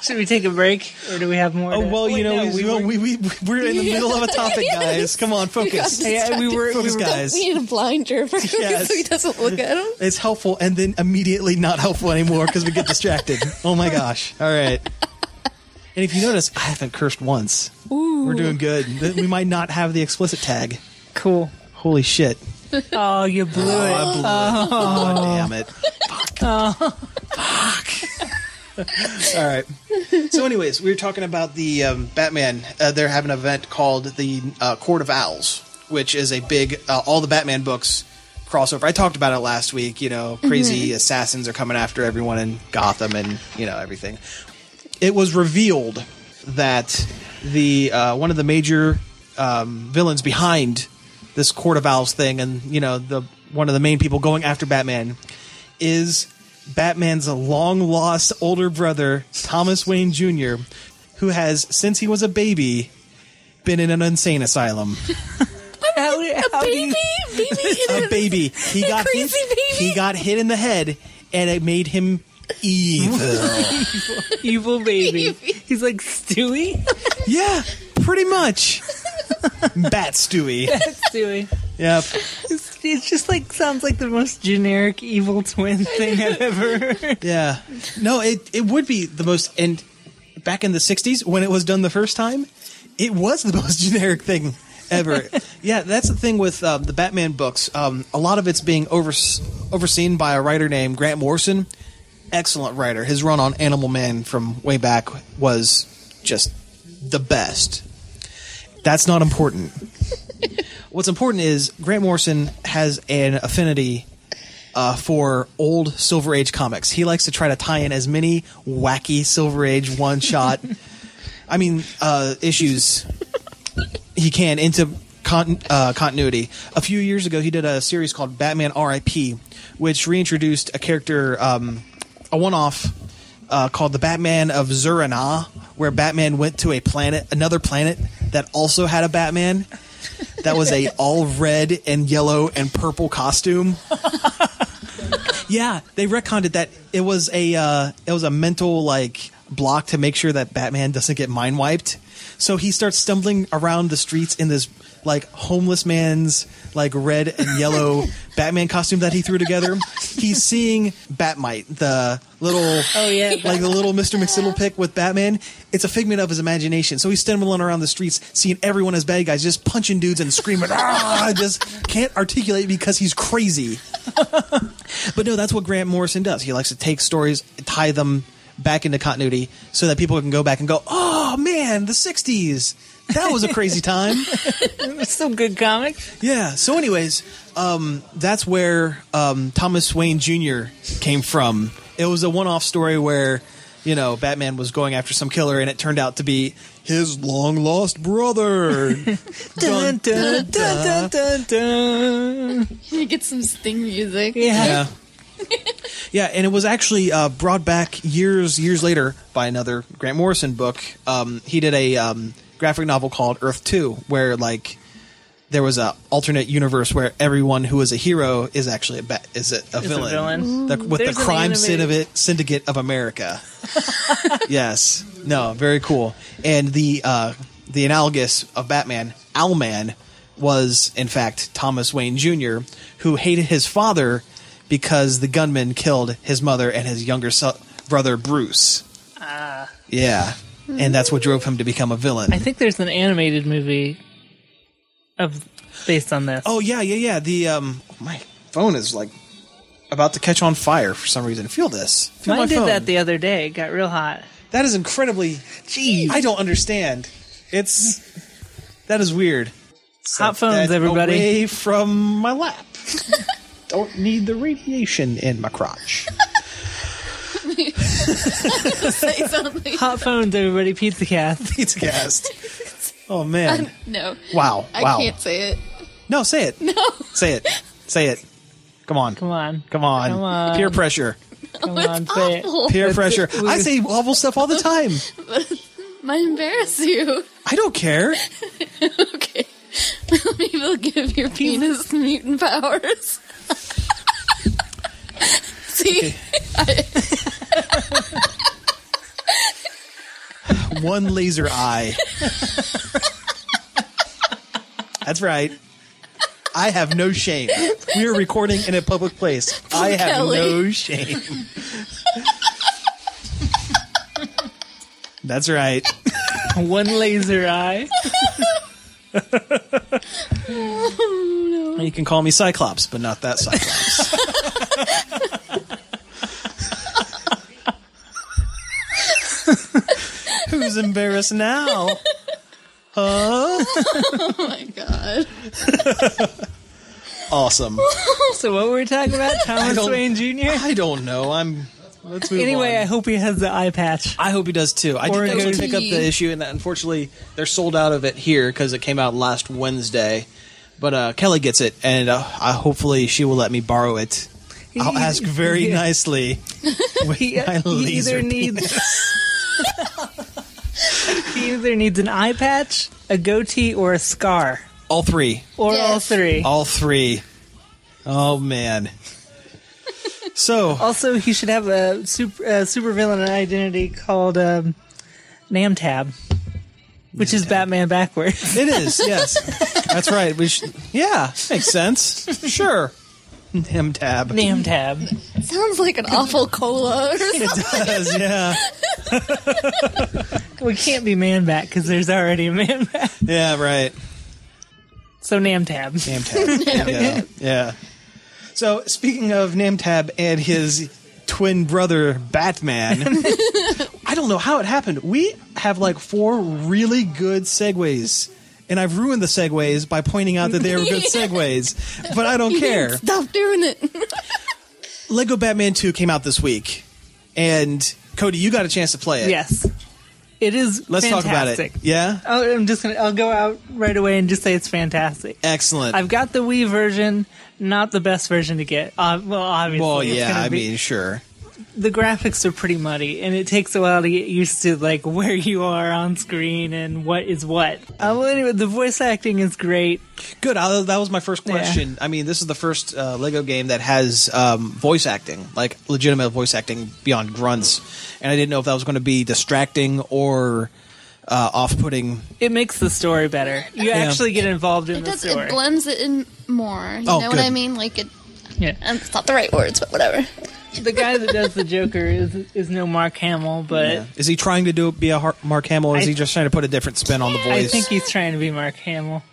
Should we take a break, or do we have more?
Oh
to-
well, you
Wait,
know
no,
we,
were-
we, we, we are in [laughs] the middle of a topic, guys. Come on, focus.
[laughs] yeah, we were. We
Focus,
were
guys.
We need a blinder for him
Yes.
so he doesn't look at them.
It's helpful and then immediately not helpful anymore because we get distracted. Oh my gosh! [laughs] All right. And if you notice, I haven't cursed once. We're doing good. Th- We might not have the explicit tag.
[laughs] cool.
Holy shit!
Oh, you blew it.
I blew it. Oh, damn it. Fuck. Fuck. [laughs] All right. So, anyways, we were talking about the um, Batman. Uh, they're having an event called the uh, Court of Owls, which is a big uh, all the Batman books crossover. I talked about it last week. You know, crazy assassins are coming after everyone in Gotham, and you know everything. It was revealed that the uh, one of the major um, villains behind this Court of Owls thing, and you know the one of the main people going after Batman is Batman's long lost older brother Thomas Wayne Jr., who has since he was a baby been in an insane asylum.
[laughs] How, [laughs] how do you-
baby, baby, [laughs]
a baby. He got
Crazy
hit,
baby.
He got hit in the head, and it made him
[laughs]
evil.
evil [laughs] baby. He's like Stewie.
yeah, pretty
[laughs]
much. Bat Stewie.
Stewie.
Yep.
It's, it's just like sounds like the most generic evil [laughs] twin thing I've ever heard.
Yeah. No, it it would be the most and back in the '60s when it was done the first time, it was the [laughs] most generic thing ever. yeah, that's the thing with um, the Batman books. Um, a lot of it's being over, overseen by a writer named Grant Morrison. Excellent writer. His run on Animal Man from way back was just the best. That's not important. What's important is Grant Morrison has an affinity uh, for old Silver Age comics. He likes to try to tie in as many wacky Silver Age one shot, I mean, uh, issues he can into con- uh, continuity. A few years ago, he did a series called Batman RIP, which reintroduced a character, um, a one off. Uh, called the Batman of Zurana, where Batman went to a planet, another planet that also had a Batman. That was a all red and yellow and purple costume. Yeah, they retconned that it was a uh, it was a mental like block to make sure that Batman doesn't get mind wiped. So he starts stumbling around the streets in this like homeless man's like red and yellow Batman costume that he threw together. He's seeing Batmite, the little
Oh [laughs] yeah,
like the little Mr. McSiddlepick with Batman. It's a figment of his imagination. So he's stumbling around the streets, seeing everyone as bad guys, just punching dudes and screaming, ah, just can't articulate because he's crazy. but no, that's what Grant Morrison does. He likes to take stories, tie them back into continuity so that people can go back and go, oh man, the 60s. That was a crazy time.
some good comics.
Yeah. So, anyways, um, that's where um, Thomas Wayne Jr. came from. It was a one-off story where, you know, Batman was going after some killer, and it turned out to be his long-lost brother. Dun, dun, dun.
dun, dun.
You get some sting music.
Yeah.
Yeah. [laughs] Yeah, and it was actually uh, brought back years, years later by another Grant Morrison book. Um, he did a um, graphic novel called Earth Two, where like there was a alternate universe where everyone who is a hero is actually a ba- is a, a villain,
villain.
The- with
There's
the
an
crime
animated-
syndicate syndicate of America. yes, no, very cool. And the uh, the analogous of Batman, Owlman, was in fact Thomas Wayne Jr., who hated his father because the gunman killed his mother and his younger so- brother Bruce. Ah, yeah, and that's what drove him to become a villain.
I think there's an animated movie of based on this.
Oh yeah, yeah, yeah. The um, my phone is like about to catch on fire for some reason. Feel this. Feel my
Mine did
phone.
that the other day. It got real hot.
that is incredibly. Jeez, I don't understand. It's that is weird.
hot phones,
That
everybody.
Away from my lap. [laughs] don't need the radiation in my crotch.
Say something.
Hot phones, everybody. Pizza cast.
[laughs] Pizza cast. Oh man!
No.
wow!
I
wow!
can't say it.
No, say it. No, say it. Say it. Come on.
Come on.
[laughs] Come on.
Come on.
Peer pressure.
Come on. Say it.
Awful.
Peer pressure.
we-
I say awful stuff all the time.
Might embarrass you. [laughs]
I don't care.
Okay. Maybe they'll give your penis mutant powers. [laughs] See?
one laser eye. That's right. I have no shame. We are recording in a public place. I have
Kelly.
no shame. That's right.
One laser eye.
You can call me Cyclops, but not that Cyclops. Who's embarrassed now?
Oh my god. god.
Awesome.
So what were we talking
[laughs]
about? Thomas
don't-
Wayne Jr.
I don't know. I'm. Let's move
Anyway, I
on.
hope he has the eye patch.
I hope he does too. I
Or
did actually
goes-
pick up the issue, and that unfortunately they're sold out of it here because it came out last Wednesday. But uh, Kelly gets it, and uh, I, hopefully she will let me borrow it.
[laughs]
I'll ask very
Yeah.
nicely. With
He,
my
he
laser
either needs
[laughs]
he either needs an eye patch, a goatee, or a scar,
All three.
or all
Yes.
three.
All three. Oh man.
[laughs]
So
Also, he should have a super uh, supervillain identity called um, Namtab, which is
[laughs]
Batman backwards.
it is. Yes, that's right. We should, yeah, makes sense. Sure. Him tab. [laughs]
Namtab.
Sounds like an awful cola or something.
Yes, yeah.
We can't be Man Bat because there's already a Man Bat.
Yeah. Right.
So Namtab.
Namtab. yeah. yeah. So speaking of Namtab and his twin brother Batman, I don't know how it happened. We have like four really good segues. And I've ruined the segues by pointing out that they were good segues, but I don't care.
Stop doing it.
Lego Batman 2 came out this week, and Cody, you got a chance to play it.
Yes, it is.
Let's
fantastic.
talk about it. Yeah?
Oh, I'm just gonna. I'll go out right away and just say it's fantastic.
Excellent.
I've got the Wii version, not the best version to get. Uh, well, obviously,
well,
it's
yeah,
gonna
I
be-
mean, sure.
the graphics are pretty muddy, and it takes a while to get used to like where you are on screen and what is what. Uh, well, anyway, the voice acting is great.
Good. I, that was my first
Yeah.
question. I mean, this is the first uh, Lego game that has um, voice acting, like legitimate voice acting beyond grunts. And I didn't know if that was going to be distracting or uh, off putting.
It makes the story better. You actually get involved in
It
the
does.
story.
It blends it in more. You
Oh,
know
good.
what I mean? Like it.
Yeah.
Um, it's not the right words, but whatever.
the guy that does the Joker is is no Mark Hamill, but.
Is he trying to do be a Har- Mark Hamill, or is
I-
he just trying to put a different spin on the
I
voice?
think he's trying to be Mark Hamill.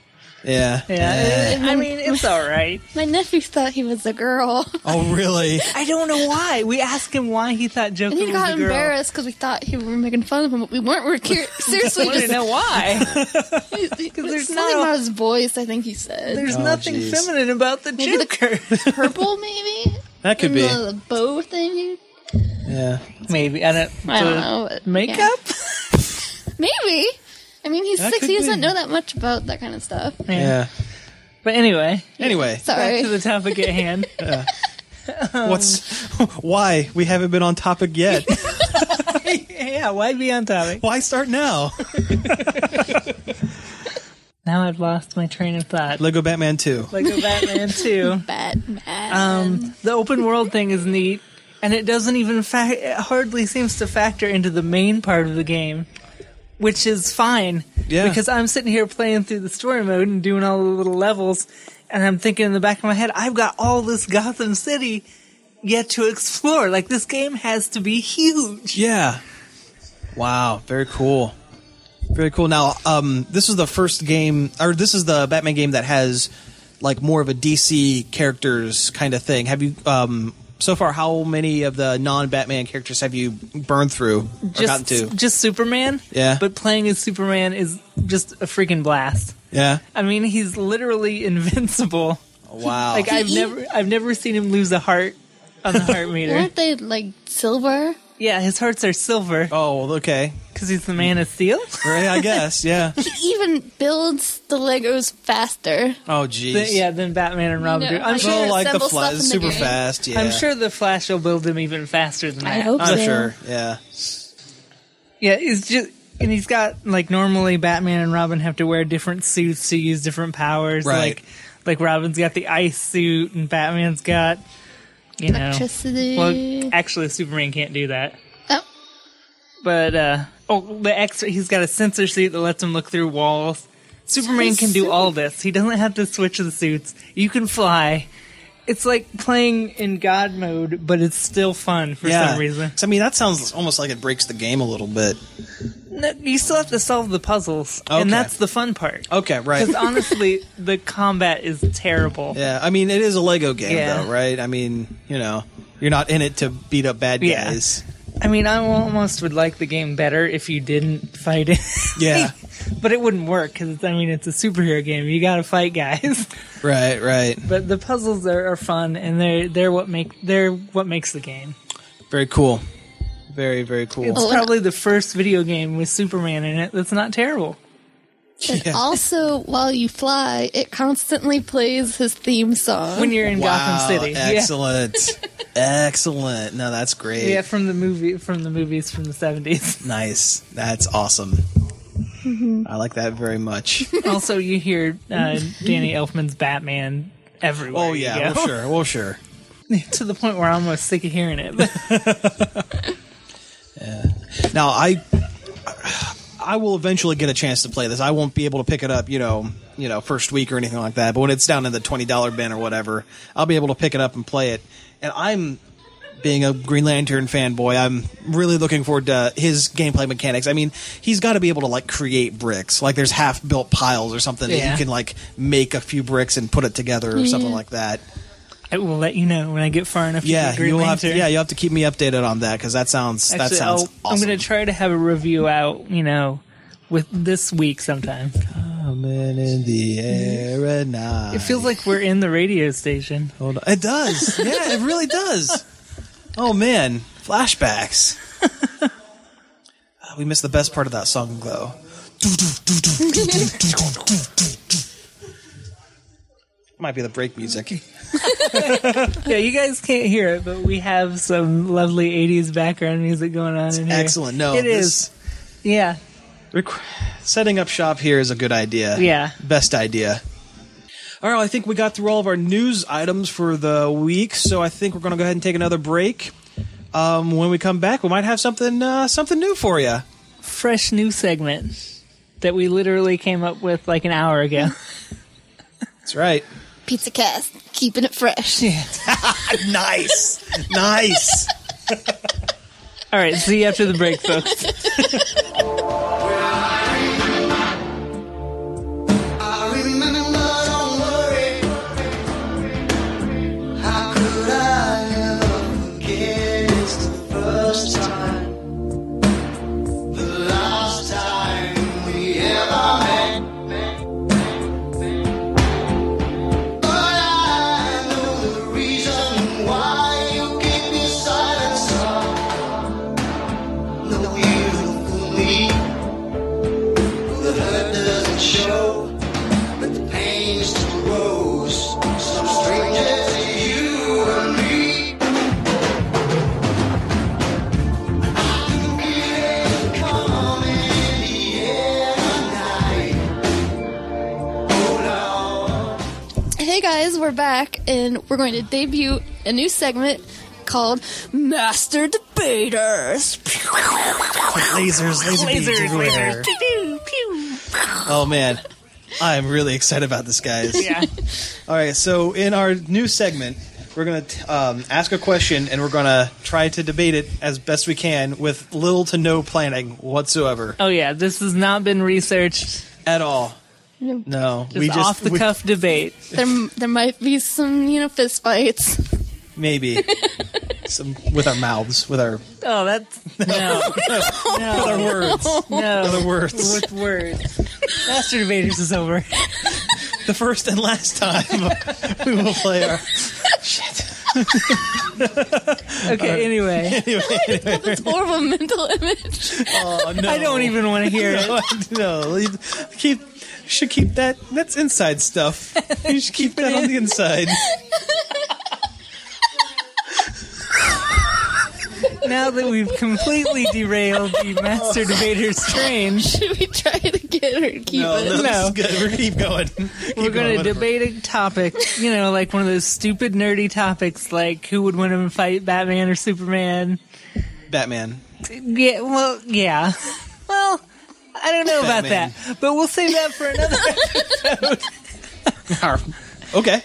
yeah.
Yeah, I mean it's all right.
My nephew thought he was a girl,
Oh, really?
I don't know why. We asked him why he thought Joker
[laughs] and he
was
got
a girl.
embarrassed because we thought he were making fun of him, but we weren't. We're cur- seriously
I don't
just [laughs]
know why.
because
there's
there's something
not a-
about his voice. I think he said
There's
Oh,
nothing
jeez.
feminine about the
Maybe the-
Joker.
[laughs] purple, [laughs] maybe.
That could
[laughs]
And
be.
the, the bow thing.
Yeah.
Maybe I don't.
I
the
don't know. but-
Makeup.
yeah. maybe. I mean, he's
That
six.
could
He doesn't
be.
know that much about that kind of stuff.
Yeah.
But anyway,
Anyway,
back
Sorry.
to the topic
[laughs]
at hand.
what's [laughs] why we haven't been on topic
[laughs]
yet?
yeah, why be on topic?
why start now?
Now I've lost my train of thought.
Lego Batman 2.
Lego Batman 2.
Batman.
Um, the open world thing is neat, and it doesn't even fa- it hardly seems to factor into the main part of the game, which is fine.
Yeah.
Because I'm sitting here playing through the story mode and doing all the little levels, and I'm thinking in the back of my head, I've got all this Gotham City yet to explore. Like this game has to be huge.
Yeah. Wow. Very cool. Very cool. Now, um, this is the first game, or this is the Batman game that has like more of a DC characters kind of thing. Have you, um, so far, how many of the non-Batman characters have you burned through or gotten
Just,
to?
just Superman.
Yeah.
But playing as Superman is just a freaking blast.
Yeah.
I mean, he's literally [laughs] invincible.
Wow.
Like I've
He-
never I've never seen him lose a heart on the heart meter.
Weren't they like silver?
yeah, his hearts are silver
oh, well, okay.
because he's the man of steel.
Right, I guess. Yeah.
He even builds the Legos faster.
Oh, geez.
Th- yeah, then Batman and Robin.
No,
Hood. I'm
I
sure.
So, like the
Assemble
fly
stuff in
is
the
super
game.
fast. Yeah.
I'm sure the Flash will build him even faster than that. Uh,
I hope
I'm
so.
sure. Yeah.
Yeah, it's just. And he's got like normally Batman and Robin have to wear different suits to use different powers.
Right.
Like, like Robin's got the ice suit, and Batman's got you know
Electricity.
Well, actually, Superman can't do that.
Oh,
But uh oh, the X he's got a sensor suit that lets him look through walls. Superman
his
can do
suit.
all this. He doesn't have to switch the suits. You can fly. It's like playing in God mode, but it's still fun for
yeah.
some reason.
So, I mean, that sounds almost like it breaks the game a little bit.
No, you still have to solve the puzzles,
Okay.
and that's the fun part.
Okay, right.
Because honestly, the combat is terrible.
Yeah, I mean it is a Lego game
Yeah.
though, right? I mean, you know, you're not in it to beat up bad
Yeah.
guys.
I mean, I almost would like the game better if you didn't fight it.
Yeah.
[laughs] but it wouldn't work because I mean, it's a superhero game. You got to fight guys. [laughs]
Right, right.
but the puzzles are, are fun, and they're they're what make they're what makes the game.
Very cool. Very, very cool.
It's
Oh, and-
probably the first video game with Superman in it that's not terrible.
And
Yeah.
also, while you fly, it constantly plays his theme song.
When you're in
wow,
Gotham City,
Excellent.
[laughs]
excellent. No, that's
yeah,
great.
yeah, from the movie from the movies from the seventies. [laughs]
Nice. That's awesome.
Mm-hmm.
I like that very much.
[laughs] also, you hear uh, Danny Elfman's Batman everywhere.
Oh
you
yeah,
go.
well sure, well sure.
[laughs] to the point where I'm almost sick of hearing it.
[laughs]
But
Now I, I will eventually get a chance to play this. I won't be able to pick it up, you know, you know, first week or anything like that. But when it's down in the twenty dollar bin or whatever, I'll be able to pick it up and play it. And I'm being a Green Lantern fanboy, I'm really looking forward to his gameplay mechanics. I mean, he's got to be able to like create bricks. Like there's half built piles or something that
Yeah. Mm-hmm.
you can like make a few bricks and put it together or something like that.
I will let you know when I get far enough.
Yeah,
to Green
you'll have
Lantern.
to, yeah, you'll have to keep me updated on that because that sounds that
Actually,
sounds
I'll-
awesome.
I'm going to try to have a review out, you know, with this week sometime.
Coming in the air and I.
It feels like we're in the radio station.
Hold on. It does. Yeah, it really does. Oh man, flashbacks. Ah, we missed the best part of that song though. Might be the break music.
Yeah, you guys can't hear it, but we have some lovely 80s background music going on in here.
Excellent. No,
It
this-
is. Yeah.
Requ- setting up shop here is a good idea.
Yeah.
Best idea. All right, well, I think we got through all of our news items for the week, so I think we're going to go ahead and take another break. Um, when we come back, we might have something uh, something new for you.
Fresh new segment that we literally came up with like an hour [laughs] ago.
That's right.
Pizza Cast, keeping it fresh.
nice. [laughs] nice.
All right, see you after the break, [laughs] folks.
Hey guys, we're back, and we're going to debut a new segment called Master Debaters.
Lasers, laser beams everywhere. Oh man. I'm really excited about this, guys.
Yeah.
All right, so in our new segment, we're going to um, ask a question and we're going to try to debate it as best we can with little to no planning whatsoever
Oh, yeah, this has not been researched.
at all. No,
Just off the
we-
cuff debate.
There, there might be some, you know, fist fights.
[laughs] maybe some with our mouths, with our [laughs]
Oh, that's. No.
with our [laughs] words, with
No. [laughs]
our words.
With words. Master Debaters is over.
The first and last time [laughs] we will play our [laughs]
Okay, anyway.
It's horrible mental [laughs] image.
[laughs] Oh no!
I don't even want to hear it.
No, [laughs] no, leave- keep should keep that. That's inside stuff. You should keep that on the inside.
Now that we've completely derailed
[laughs]
the Master Debaters train,
Should we try it again or
[laughs]
keep
No,
it?
no, this
No.
is good. We're keep going. Keep
we're going to
whatever.
debate a topic, you know, like one of those stupid nerdy topics like who would win in a fight, Batman or Superman.
Batman.
Yeah, well, yeah. Well, I don't know about
Batman.
that, but we'll save that
[laughs]
for another.
[laughs] Okay.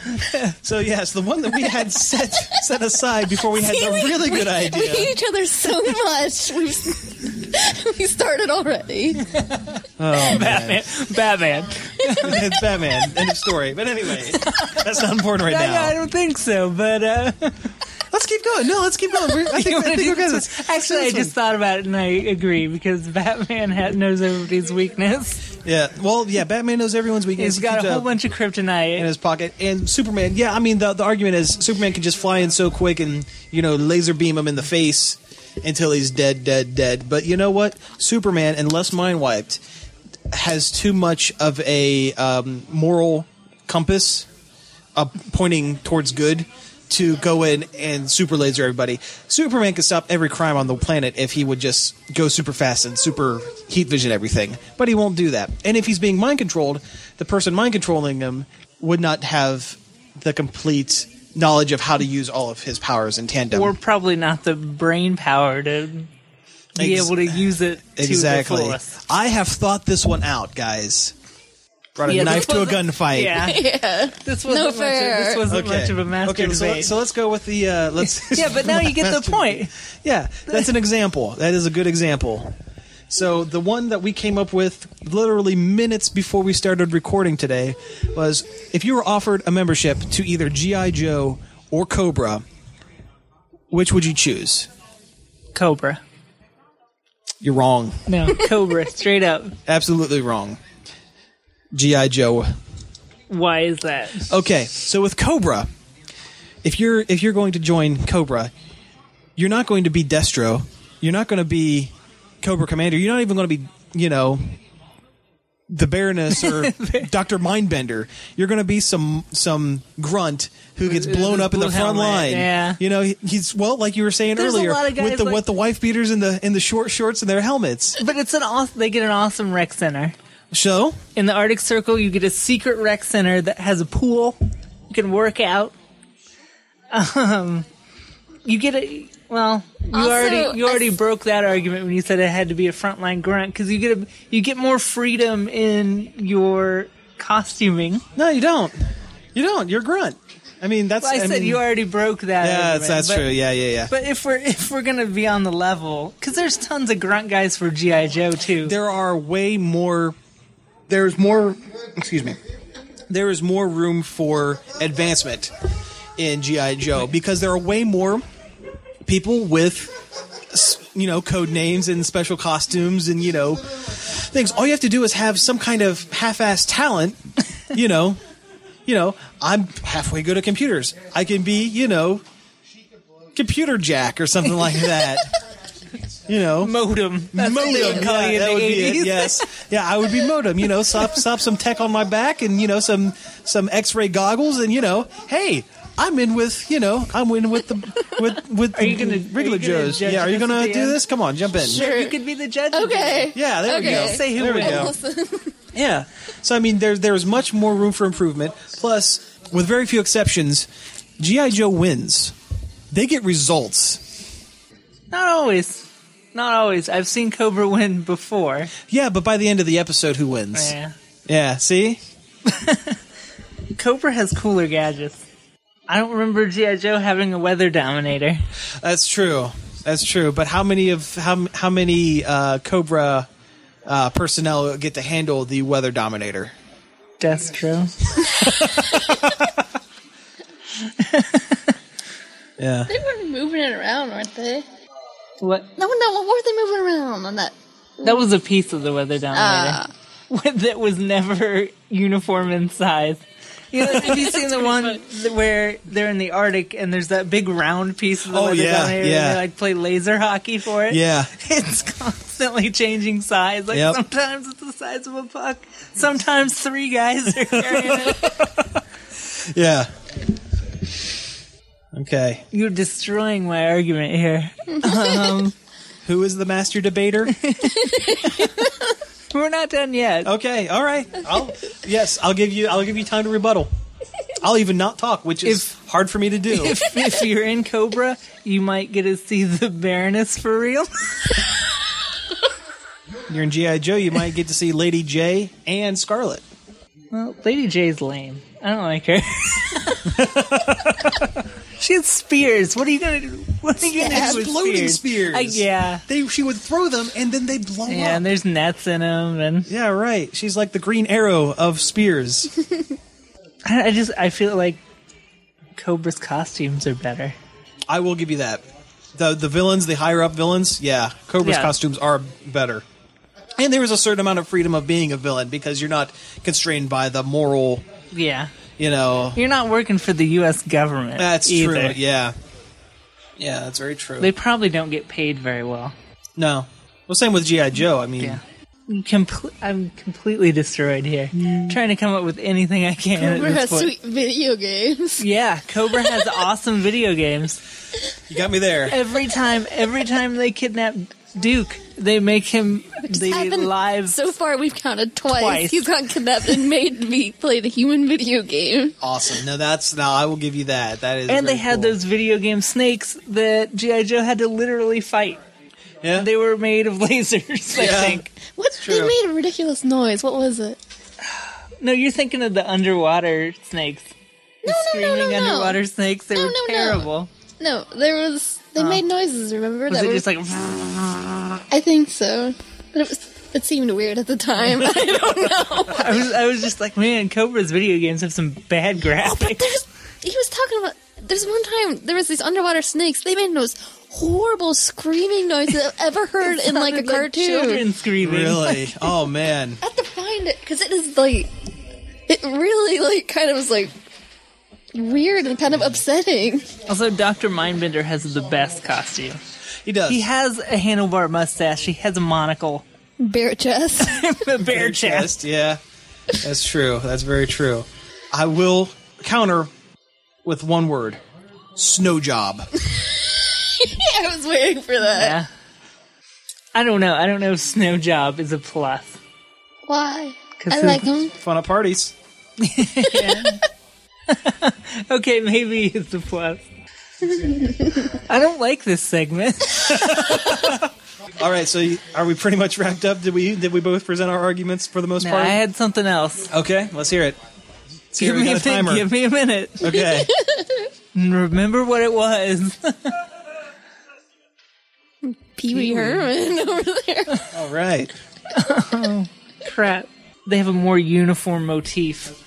So yes, the one that we had set set aside before we had the really good
We
idea.
hate each other so much. [laughs] We've, [laughs] we started already.
Batman. Batman.
it's Batman. End of story. But anyway, that's not important right
I,
now. [laughs]
I don't think so, but uh,
Let's let's keep going. No, let's keep going. We're,
[laughs]
I think, I think we're good. Let's- let's do
Actually, I
this
just
one.
thought about it and I agree because Batman ha- knows everybody's weakness.
yeah. Well, yeah. Batman knows everyone's weakness.
He's
He
got
keeps
a whole
up
bunch of kryptonite.
in his pocket, and Superman. Yeah, I mean the the argument is Superman can just fly in so quick and you know laser beam him in the face until he's dead, dead, dead. But you know what? Superman, unless mind wiped, has too much of a um, moral compass uh, pointing towards good to go in and super laser everybody. Superman could stop every crime on the planet if he would just go super fast and super heat vision everything, but he won't do that. And if he's being mind controlled, the person mind controlling him would not have the complete knowledge of how to use all of his powers in tandem.
We're probably not the brain power to be
Ex-
able to use it to the
exactly.
fullest.
I have thought this one out, guys. Brought a
Yeah,
knife
this
to a
wasn't-
gunfight.
Yeah. [laughs]
yeah.
This wasn't,
No
much,
fair.
of, this
[laughs]
wasn't
Okay.
much of a master
okay, so,
debate.
let- so let's go with the uh, let's.
[laughs] yeah, but now you
[laughs]
get the point.
Yeah, that's an example. That is a good example. So the one that we came up with literally minutes before we started recording today was if you were offered a membership to either GI Joe or Cobra, which would you choose?
Cobra.
You're wrong.
[laughs] No, Cobra, straight up.
Absolutely wrong. GI Joe.
Why is that?
Okay, so with Cobra, if you're if you're going to join Cobra, you're not going to be Destro. You're not going to be Cobra Commander. You're not even going to be, you know, the Baroness
[laughs]
or Doctor Mindbender. You're going to be some some grunt who gets blown up in the
Uh, blue
front
helmet,
line.
yeah.
you know, he- he's well, like you were saying
There's a
earlier,
lot of guys
with the
like-
with the wife beaters and the and the short shorts and their helmets.
But it's an awesome. They get an awesome rec center
So
in the Arctic Circle. You get a secret rec center that has a pool. You can work out. Um, you get a well. You
Also,
already you
I
already
s-
broke that argument when you said it had to be a frontline grunt because you get a you get more freedom in your costuming.
no, you don't. You don't. You're a grunt. I mean, that's.
I, said
mean,
you already broke that.
Yeah,
argument,
that's, that's
but-
true. Yeah, yeah, yeah.
But if we're if we're gonna be on the level, because there's tons of grunt guys for GI Joe too.
there are way more there's more excuse me there is more room for advancement in gi joe because there are way more people with s- you know code names and special costumes and you know things all you have to do is have some kind of half-assed talent you know you know i'm halfway good at computers i can be you know computer jack or something like that you know
modem. That's what they
modem.
would call
yeah,
you in
that
the
would be
80s.
it. Yes, [laughs] yeah, I would be modem. You know, slap slap some tech on my back and you know some some X-ray goggles and you know, hey, I'm in with you know I'm in with the with with
Are you gonna-
the regular
are you gonna
Joes.
judge
Yeah, are you
us at
gonna
the
do
end?
this? Come on, jump in.
Sure.
You could be the judge.
Okay.
Yeah, there we
Okay.
go.
Say who
there we
wins.
go.
Listen.
Yeah. So I mean, there's there's much more room for improvement. Plus, with very few exceptions, GI Joe wins. They get results.
Not always. Not always. I've seen Cobra win before.
Yeah, but by the end of the episode, who wins?
Yeah.
yeah see.
Cobra has cooler gadgets. I don't remember GI Joe having a weather dominator.
That's true. That's true. But how many of how how many uh, Cobra uh, personnel get to handle the Weather Dominator?
Destro.
Yeah.
They were moving it around, weren't they?
What?
No, no, what were they moving around on that?
That was a piece of the weather [laughs] dominator that was never uniform in size. You know, have [laughs] you seen the one th- where they're in the Arctic and there's that big round piece of the
Oh,
weather
yeah,
dominator
yeah.
and they like play laser hockey for
[laughs]
it?
Yeah.
It's constantly changing size. Like
Yep.
sometimes it's the size of a puck. Sometimes three guys are carrying it.
Yeah. Okay.
You're destroying my argument here.
Who is the master [laughs] debater?
We're not done yet.
Okay. All right. I'll yes. I'll give you. I'll give you time to rebuttal. I'll even not talk, which is
If-
hard for me to do.
If, if you're in Cobra, you might get to see the Baroness for real.
You're in GI Joe. You might get to see Lady J and Scarlet.
Well, Lady J's lame. I don't like her. [laughs] she has spears. What are you gonna do? What are you gonna do with
Exploding spears.
I, yeah,
They she would throw them and then they blow up.
yeah. And there's nets in them, and
Yeah, right. She's like the green arrow of spears.
I, I just I feel like Cobra's costumes are better.
I will give you that. The the villains, the higher up villains, yeah, Cobra's
Yeah.
costumes are better. And there is a certain amount of freedom of being a villain because you're not constrained by the moral,
Yeah.
you know.
You're not working for the U.S. government.
That's
either.
true. Yeah. Yeah, that's very true.
They probably don't get paid very well.
no. Well, same with G.I. Joe. I mean,
Yeah. Comple- I'm completely destroyed here. Trying to come up with anything I can. at
Remember
this
how
point.
sweet video games.
Yeah,
[laughs]
Cobra has awesome video games.
you got me there.
Every time, every time they kidnap Duke, they make him the
Happened-
live.
So far, we've counted twice.
Twice.
He's gotten kidnapped and made me play the human video game.
Awesome. No, that's no. I will give you that. That is.
and they
very
had
cool.
those video game snakes that GI Joe had to literally fight. [laughs]
Yeah.
They were made of lasers, I
Yeah.
think.
What? They
true.
made a ridiculous noise. What was it?
No, you're thinking of the underwater snakes.
No, no, no,
Screaming
no, no.
underwater snakes. They
No,
were
no, no.
terrible.
No, there was. They made noises. Remember
Uh. Was
that?
it
were-
just
[laughs]
like
I think so. But it was. It seemed weird at the time. [laughs] I don't
[laughs]
know.
I was I was just like, man, Cobra's video games have some bad graphics.
Oh, There's. He was talking about. There's one time there was these underwater snakes. They made those horrible screaming noises I've ever heard in like a
Sounded
cartoon.
children screaming.
Really? Oh man.
I have to find it because it is like it really like kind of was like weird and kind of upsetting.
Also, Doctor Mindbender has the best costume.
He does.
He has a handlebar mustache. He has a monocle, [laughs]
Bare chest. [laughs]
a bare chest.
Yeah, that's true. That's very true. I will counter with one word: snow job.
I was waiting for that.
Yeah. I don't know. I don't know if Snow Job is a plus.
Why?
'Cause
I
his-
like him.
Fun at parties.
Okay, maybe it's a
[laughs]
plus. I don't like this segment.
All right. So you- are we pretty much wrapped up? Did we did we both present our arguments for the most
No,
part?
I had something else.
okay. Let's hear it. Let's hear
Give
it. We
me, a
got a
minute.
timer.
give me a minute.
Okay.
And remember what it was.
Pee Wee Herman over [laughs] there.
[laughs] All right.
crap. [laughs] They have a more uniform motif.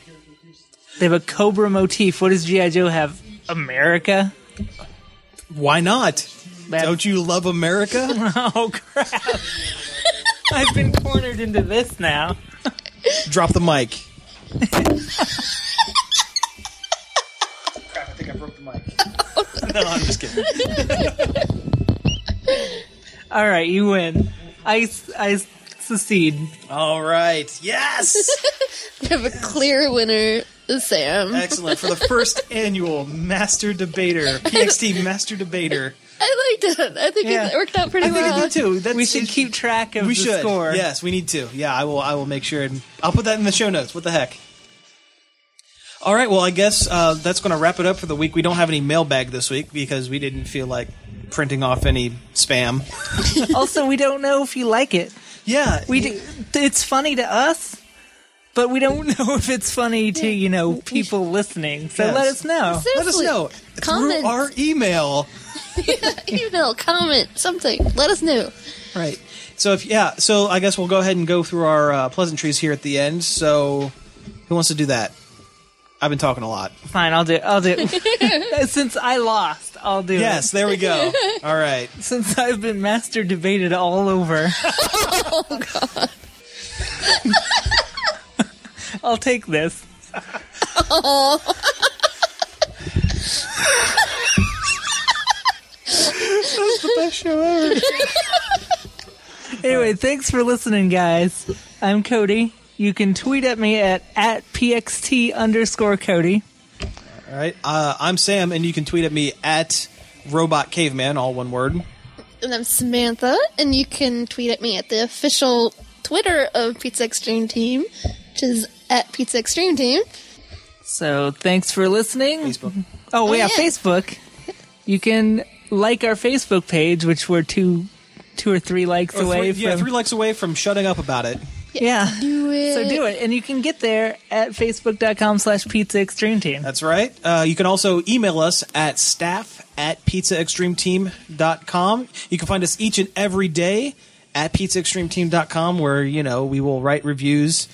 They have a cobra motif. What does G.I. Joe have? America? [laughs]
Why not?
That-
Don't you love
[laughs]
America?
Oh, crap. I've been cornered into this now.
Drop the mic. Crap! I think I broke the mic. [laughs] no, I'm just kidding.
All right, you win. I, I secede.
All right. Yes.
We have a clear winner, Sam.
Excellent. For the first annual Master Debater, PXT Master Debater.
I liked it. I think
Yeah.
it worked out pretty
I think
well.
I do too. That's,
We should keep track of
we
the
should.
score.
Yes, we need to. Yeah, I will. I will make sure. And I'll put that in the show notes. What the heck? All right. Well, I guess uh, that's going to wrap it up for the week. We don't have any mailbag this week because we didn't feel like printing off any spam.
[laughs] Also, we don't know if you like it.
Yeah.
We do, it's funny to us, but we don't [laughs] know if it's funny to, you know, people listening. So
Yes.
let us know.
let us
Seriously,
know
comments.
through our email.
[laughs] Email, comment, something. Let us know.
Right. So if yeah, so I guess we'll go ahead and go through our uh, pleasantries here at the end. So who wants to do that? I've been talking a lot.
Fine, I'll do it. I'll do it. [laughs] Since I lost, I'll do
[laughs]
it.
Yes, there we go. [laughs] All right.
since I've been master debated all over. I'll take this.
the best show ever.
Anyway, thanks for listening, guys. I'm Cody. You can tweet at me at, at pxt underscore Cody.
All right. Uh, I'm Sam, and you can tweet at me at Robot Caveman, all one word.
And I'm Samantha, and you can tweet at me at the official Twitter of Pizza Extreme Team, which is at Pizza Extreme Team.
So thanks for listening.
Facebook.
[laughs] Oh, yeah,
yeah.
Facebook. You can like our Facebook page, which we're two two or three likes
Or
away
three, yeah,
from.
three likes away from shutting up about it.
yeah.
Do it.
So do it. And you can get there at facebook.com slash pizza extreme team.
That's right. Uh, you can also email us at staff at pizzaextremeteam.com. You can find us each and every day at pizzaextremeteam.com where, you know, we will write reviews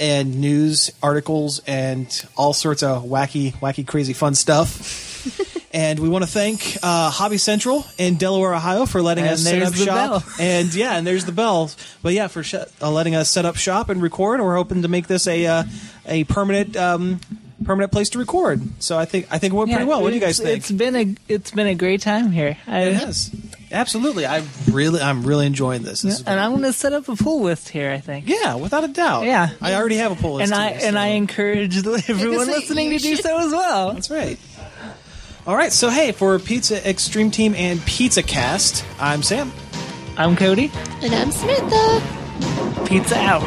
and
[laughs]
news articles and all sorts of wacky, wacky, crazy fun stuff. And we want to thank uh, Hobby Central in Delaware, Ohio, for letting
And
us set
there's
up
the
shop.
bell.
[laughs] And yeah, and there's the bell. But yeah, for sh- uh, letting us set up shop and record. We're hoping to make this a uh, a permanent um, permanent place to record. So I think I think it went pretty well. What do you guys
it's-
think?
It's been a it's been a great time here. I,
It has. Absolutely. I really I'm really enjoying this. This is-
and I'm going to set up a pool list here. I think.
yeah, without a doubt.
Yeah.
I already have a poll list
and I
here, so-
and I encourage [laughs] everyone
say,
listening
you
to do
should-
so as well.
That's right. All right, so hey, for Pizza Extreme Team and Pizza Cast, I'm Sam.
I'm Cody.
And I'm Samantha.
Pizza out.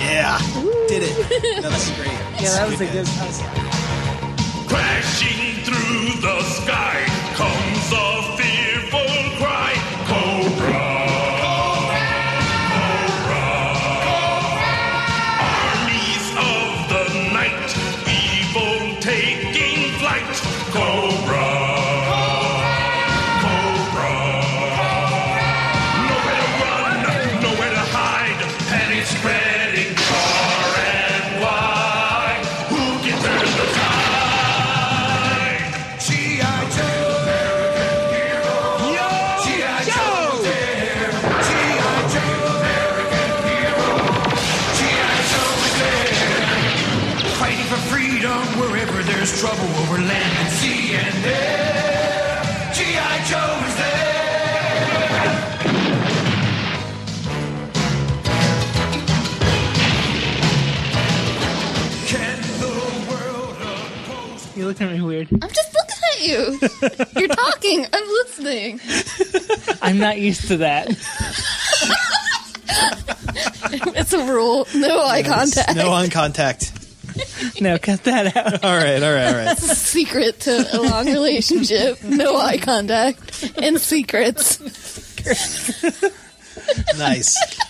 Yeah, did it. [laughs] No, that's great.
Yeah, that was a good.
Crashing through the sky comes a fearful cry. Cobra! Cobra! Armies of the night, evil taking flight. Cobra! Cobra! Nowhere to run, nowhere to hide. Panic spreading far and wide. Who can turn the
G.I. Joe. G.I. Joe. G.I. Joe. G.I. Joe is there. Fighting for freedom wherever there's trouble over land and sea and air. G.I. Joe is there. Can the world oppose?
You're looking at me weird.
I'm just looking [laughs] at you. You're talking. I'm listening.
I'm not used to that.
[laughs] It's a rule. No eye
[laughs]
contact.
No on contact.
No, cut that out.
All right, all right, all right.
[laughs]
It's a secret to a long relationship. No eye [laughs] contact and secrets.
Nice.